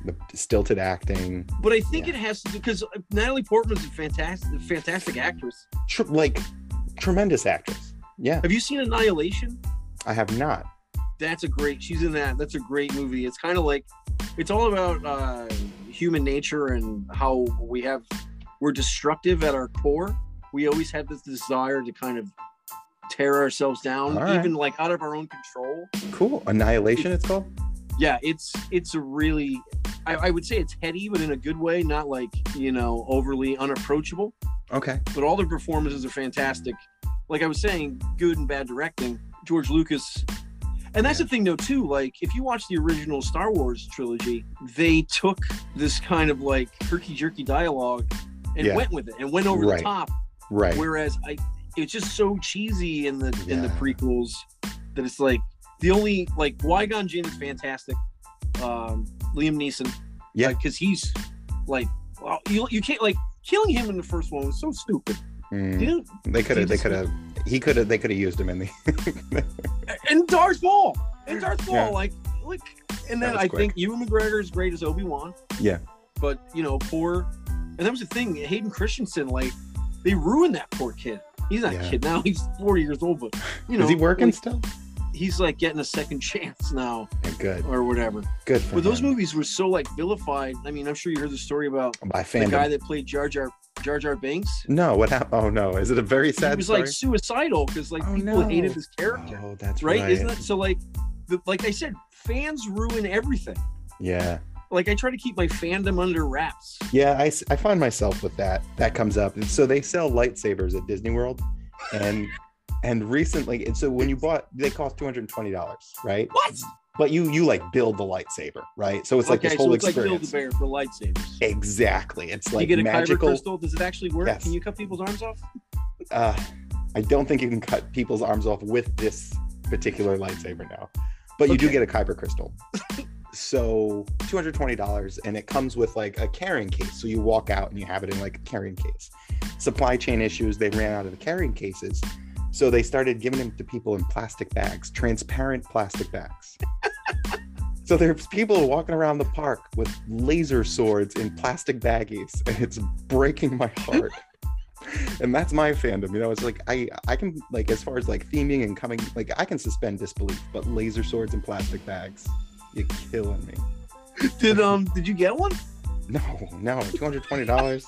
Speaker 1: the stilted acting.
Speaker 3: But I think
Speaker 1: Yeah.
Speaker 3: it has to do because Natalie Portman's a fantastic, fantastic actress.
Speaker 1: tr- like tremendous actress. Yeah,
Speaker 3: Have you seen Annihilation?
Speaker 1: I have not.
Speaker 3: That's a great. She's in that. That's a great movie. It's kind of like, it's all about uh, human nature and how we have, we're destructive at our core. We always have this desire to kind of tear ourselves down,
Speaker 1: All right.
Speaker 3: even like out of our own control.
Speaker 1: Cool. Annihilation, it's called.
Speaker 3: Yeah, it's it's a really, I, I would say it's heady, but in a good way, not like you know overly unapproachable.
Speaker 1: Okay.
Speaker 3: but all their performances are fantastic. Like I was saying, good and bad directing. George Lucas, and that's
Speaker 1: Yeah.
Speaker 3: the thing though too. Like if you watch the original Star Wars trilogy, they took this kind of like herky jerky dialogue and
Speaker 1: Yeah.
Speaker 3: went with it and went over
Speaker 1: Right.
Speaker 3: the top.
Speaker 1: Right.
Speaker 3: Whereas I, it's just so cheesy in the in the
Speaker 1: Yeah.
Speaker 3: prequels that it's like the only like Wygon Jin is fantastic. Um, Liam Neeson,
Speaker 1: Yeah.
Speaker 3: because he's like, well, you you can't like killing him in the first one was so stupid.
Speaker 1: Mm.
Speaker 3: Dude,
Speaker 1: They could have. They
Speaker 3: just-
Speaker 1: could have. He could have. They could have used him in
Speaker 3: <laughs>
Speaker 1: the.
Speaker 3: and Darth Maul, and Darth Maul,
Speaker 1: Mm. Yeah.
Speaker 3: like, like, and
Speaker 1: That
Speaker 3: then
Speaker 1: was
Speaker 3: I
Speaker 1: quick.
Speaker 3: think Ewan McGregor is great as Obi Wan.
Speaker 1: Yeah.
Speaker 3: but you know, poor, and that was the thing. Hayden Christensen, like, they ruined that poor kid. He's not
Speaker 1: Yeah.
Speaker 3: a kid now. <laughs> He's 40 years old, but you know,
Speaker 1: Is he working
Speaker 3: like,
Speaker 1: still?
Speaker 3: he's like getting a second chance now
Speaker 1: Yeah, good.
Speaker 3: or whatever.
Speaker 1: Good for
Speaker 3: But those
Speaker 1: him.
Speaker 3: movies were so like vilified. I mean, I'm sure you heard the story about
Speaker 1: by
Speaker 3: the guy
Speaker 1: fandom.
Speaker 3: that played Jar Jar Jar Jar Banks.
Speaker 1: No, what happened? Oh no, is it a very
Speaker 3: he
Speaker 1: sad
Speaker 3: was
Speaker 1: story?
Speaker 3: like suicidal because like
Speaker 1: Oh,
Speaker 3: people
Speaker 1: no.
Speaker 3: hated his character,
Speaker 1: oh, that's
Speaker 3: right?
Speaker 1: right.
Speaker 3: Isn't it? So like, the, like I said, fans ruin everything.
Speaker 1: Yeah,
Speaker 3: Like I try to keep my fandom under wraps.
Speaker 1: yeah. I, s- I find myself with that. That comes up. And so they sell lightsabers at Disney World, and and recently, and so when you bought, they cost two hundred and twenty dollars, right?
Speaker 3: What?
Speaker 1: But you you like build the lightsaber, right? So it's like
Speaker 3: okay,
Speaker 1: this whole
Speaker 3: so it's like
Speaker 1: experience.
Speaker 3: Build a Bear for lightsabers.
Speaker 1: exactly. It's
Speaker 3: Do you
Speaker 1: like
Speaker 3: get a kyber
Speaker 1: magical.
Speaker 3: crystal? Does it actually work?
Speaker 1: Yes.
Speaker 3: Can you cut people's arms off?
Speaker 1: uh, I don't think you can cut people's arms off with this particular lightsaber now, but you do
Speaker 3: Okay.
Speaker 1: get a kyber crystal. so two hundred twenty dollars, and it comes with like a carrying case. So you walk out and you have it in like a carrying case. Supply chain issues; they ran out of the carrying cases, so they started giving them to people in plastic bags, transparent plastic bags. <laughs> So there's people walking around the park with laser swords in plastic baggies, and it's breaking my heart. <laughs> and that's my fandom, you know. It's like I, I can like as far as like theming and coming, like I can suspend disbelief, but laser swords and plastic bags, you're killing me.
Speaker 3: Did um did you get one?
Speaker 1: No, no, two hundred twenty dollars.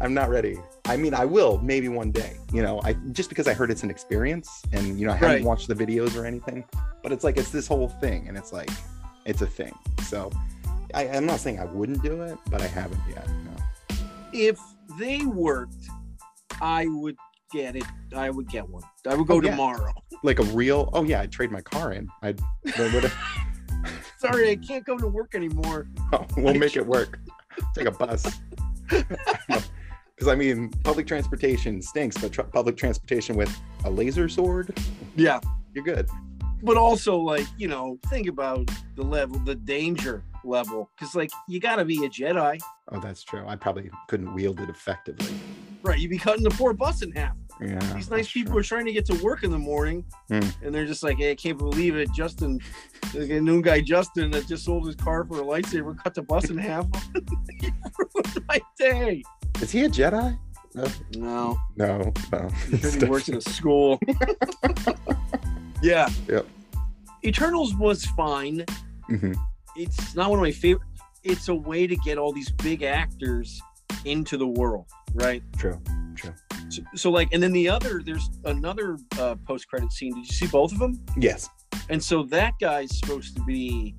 Speaker 1: I'm not ready. I mean, I will maybe one day. You know, I just because I heard it's an experience, and you know, I haven't
Speaker 3: Right.
Speaker 1: watched the videos or anything, but it's like it's this whole thing, and it's like it's a thing. So I, I'm not saying I wouldn't do it, but I haven't yet. No.
Speaker 3: If they worked, I would get it. I would get one. I would go
Speaker 1: Oh, yeah.
Speaker 3: tomorrow.
Speaker 1: Like a real. Oh yeah, I'd trade my car in. I'd what- what-
Speaker 3: Sorry, I can't come to work anymore.
Speaker 1: <laughs> we'll make it work. Take a bus. Because I mean, public transportation stinks, but tr- public transportation with a laser sword,
Speaker 3: Yeah.
Speaker 1: you're good.
Speaker 3: but also like you know think about the level the danger level because like you gotta be a jedi
Speaker 1: Oh, that's true. I probably couldn't wield it effectively.
Speaker 3: right you'd be cutting the poor bus in half
Speaker 1: Yeah.
Speaker 3: these nice people are trying to get to work in the morning
Speaker 1: Hmm.
Speaker 3: and they're just like hey, i can't believe it justin like a new guy justin that just sold his car for a lightsaber cut the bus in half <laughs> You ruined my day
Speaker 1: Is he a Jedi?
Speaker 3: no
Speaker 1: No. No.
Speaker 3: because
Speaker 1: <laughs>
Speaker 3: he works in a school yeah
Speaker 1: Yep.
Speaker 3: eternals was fine
Speaker 1: Mhm.
Speaker 3: it's not one of my favorite. It's a way to get all these big actors into the world, right?
Speaker 1: True.
Speaker 3: So, so like, and then the other, there's another uh, post-credit scene. Did you see both of them?
Speaker 1: Yes.
Speaker 3: And so that guy's supposed to be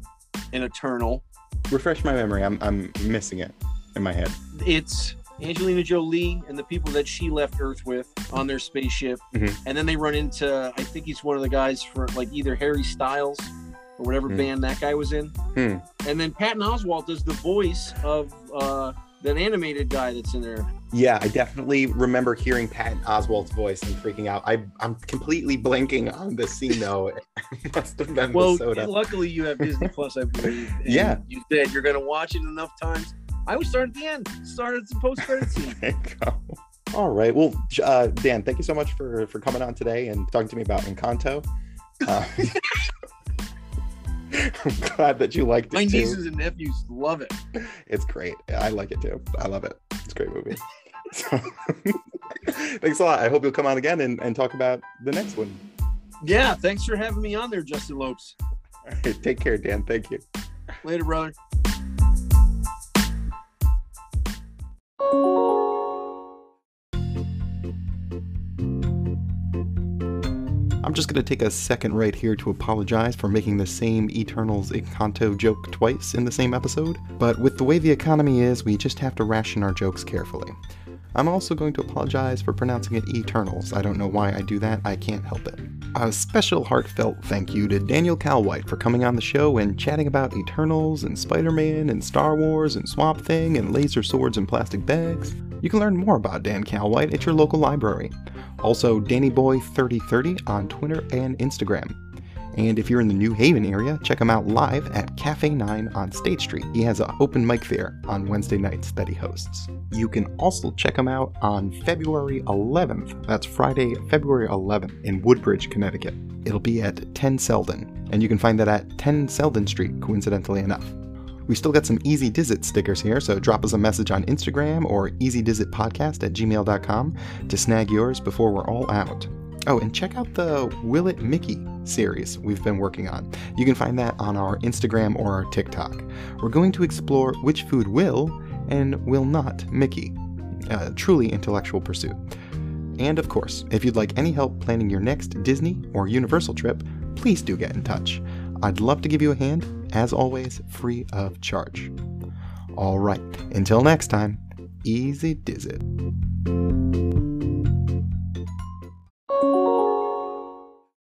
Speaker 3: an Eternal.
Speaker 1: Refresh my memory. I'm, I'm missing it in my head.
Speaker 3: It's Angelina Jolie and the people that she left Earth with on their spaceship,
Speaker 1: Mhm.
Speaker 3: and then they run into I think he's one of the guys for like either Harry Styles or whatever
Speaker 1: Hmm.
Speaker 3: band that guy was in,
Speaker 1: Hmm.
Speaker 3: and then Patton Oswalt does the voice of uh, that animated guy that's in there.
Speaker 1: Yeah, I definitely remember hearing Patton Oswald's voice and freaking out. I, I'm completely blanking on the scene though. <laughs> it must have <laughs> been
Speaker 3: Well,
Speaker 1: the soda.
Speaker 3: luckily you
Speaker 1: <laughs>
Speaker 3: have Disney Plus, I believe. and
Speaker 1: Yeah.
Speaker 3: you said you're gonna watch it enough times. I would start at the end. Start at the post credit
Speaker 1: <laughs>
Speaker 3: scene.
Speaker 1: There you go. All right. Well, J- uh, Dan, thank you so much for for coming on today and talking to me about Encanto. Uh, <laughs> I'm glad that you liked it
Speaker 3: My
Speaker 1: too.
Speaker 3: nieces and nephews love it.
Speaker 1: it's great. I like it too. I love it. It's a great movie. <laughs> So, thanks a lot. I hope you'll come on again and, and talk about the next one. <laughs>
Speaker 3: Yeah, thanks for having me on there, Justin Lopes.
Speaker 1: All right. Take care, Dan. Thank you.
Speaker 3: Later, brother.
Speaker 1: I'm just going to take a second right here to apologize for making the same Eternals Encanto joke twice in the same episode, but with the way the economy is, we just have to ration our jokes carefully. I'm also going to apologize for pronouncing it Eternals. I don't know why I do that, I can't help it. A special heartfelt thank you to Daniel Calwhite for coming on the show and chatting about Eternals and Spider Man and Star Wars and Swamp Thing and laser swords and plastic bags. You can learn more about Dan Calwhite at your local library. Also, DannyBoy3030 on Twitter and Instagram. And if you're in the New Haven area, check him out live at Cafe 9 on State Street. He has an open mic there on Wednesday nights that he hosts. You can also check him out on February 11th. That's Friday, February 11th in Woodbridge, Connecticut. It'll be at 10 Selden, and you can find that at 10 Selden Street, coincidentally enough. We still got some Easy Dizit stickers here, so drop us a message on Instagram or easydizitpodcast at gmail.com to snag yours before we're all out. Oh, and check out the Will It Mickey series we've been working on. You can find that on our Instagram or our TikTok. We're going to explore which food will and will not Mickey. A truly intellectual pursuit. And of course, if you'd like any help planning your next Disney or Universal trip, please do get in touch. I'd love to give you a hand, as always, free of charge. All right, until next time, easy dizzit.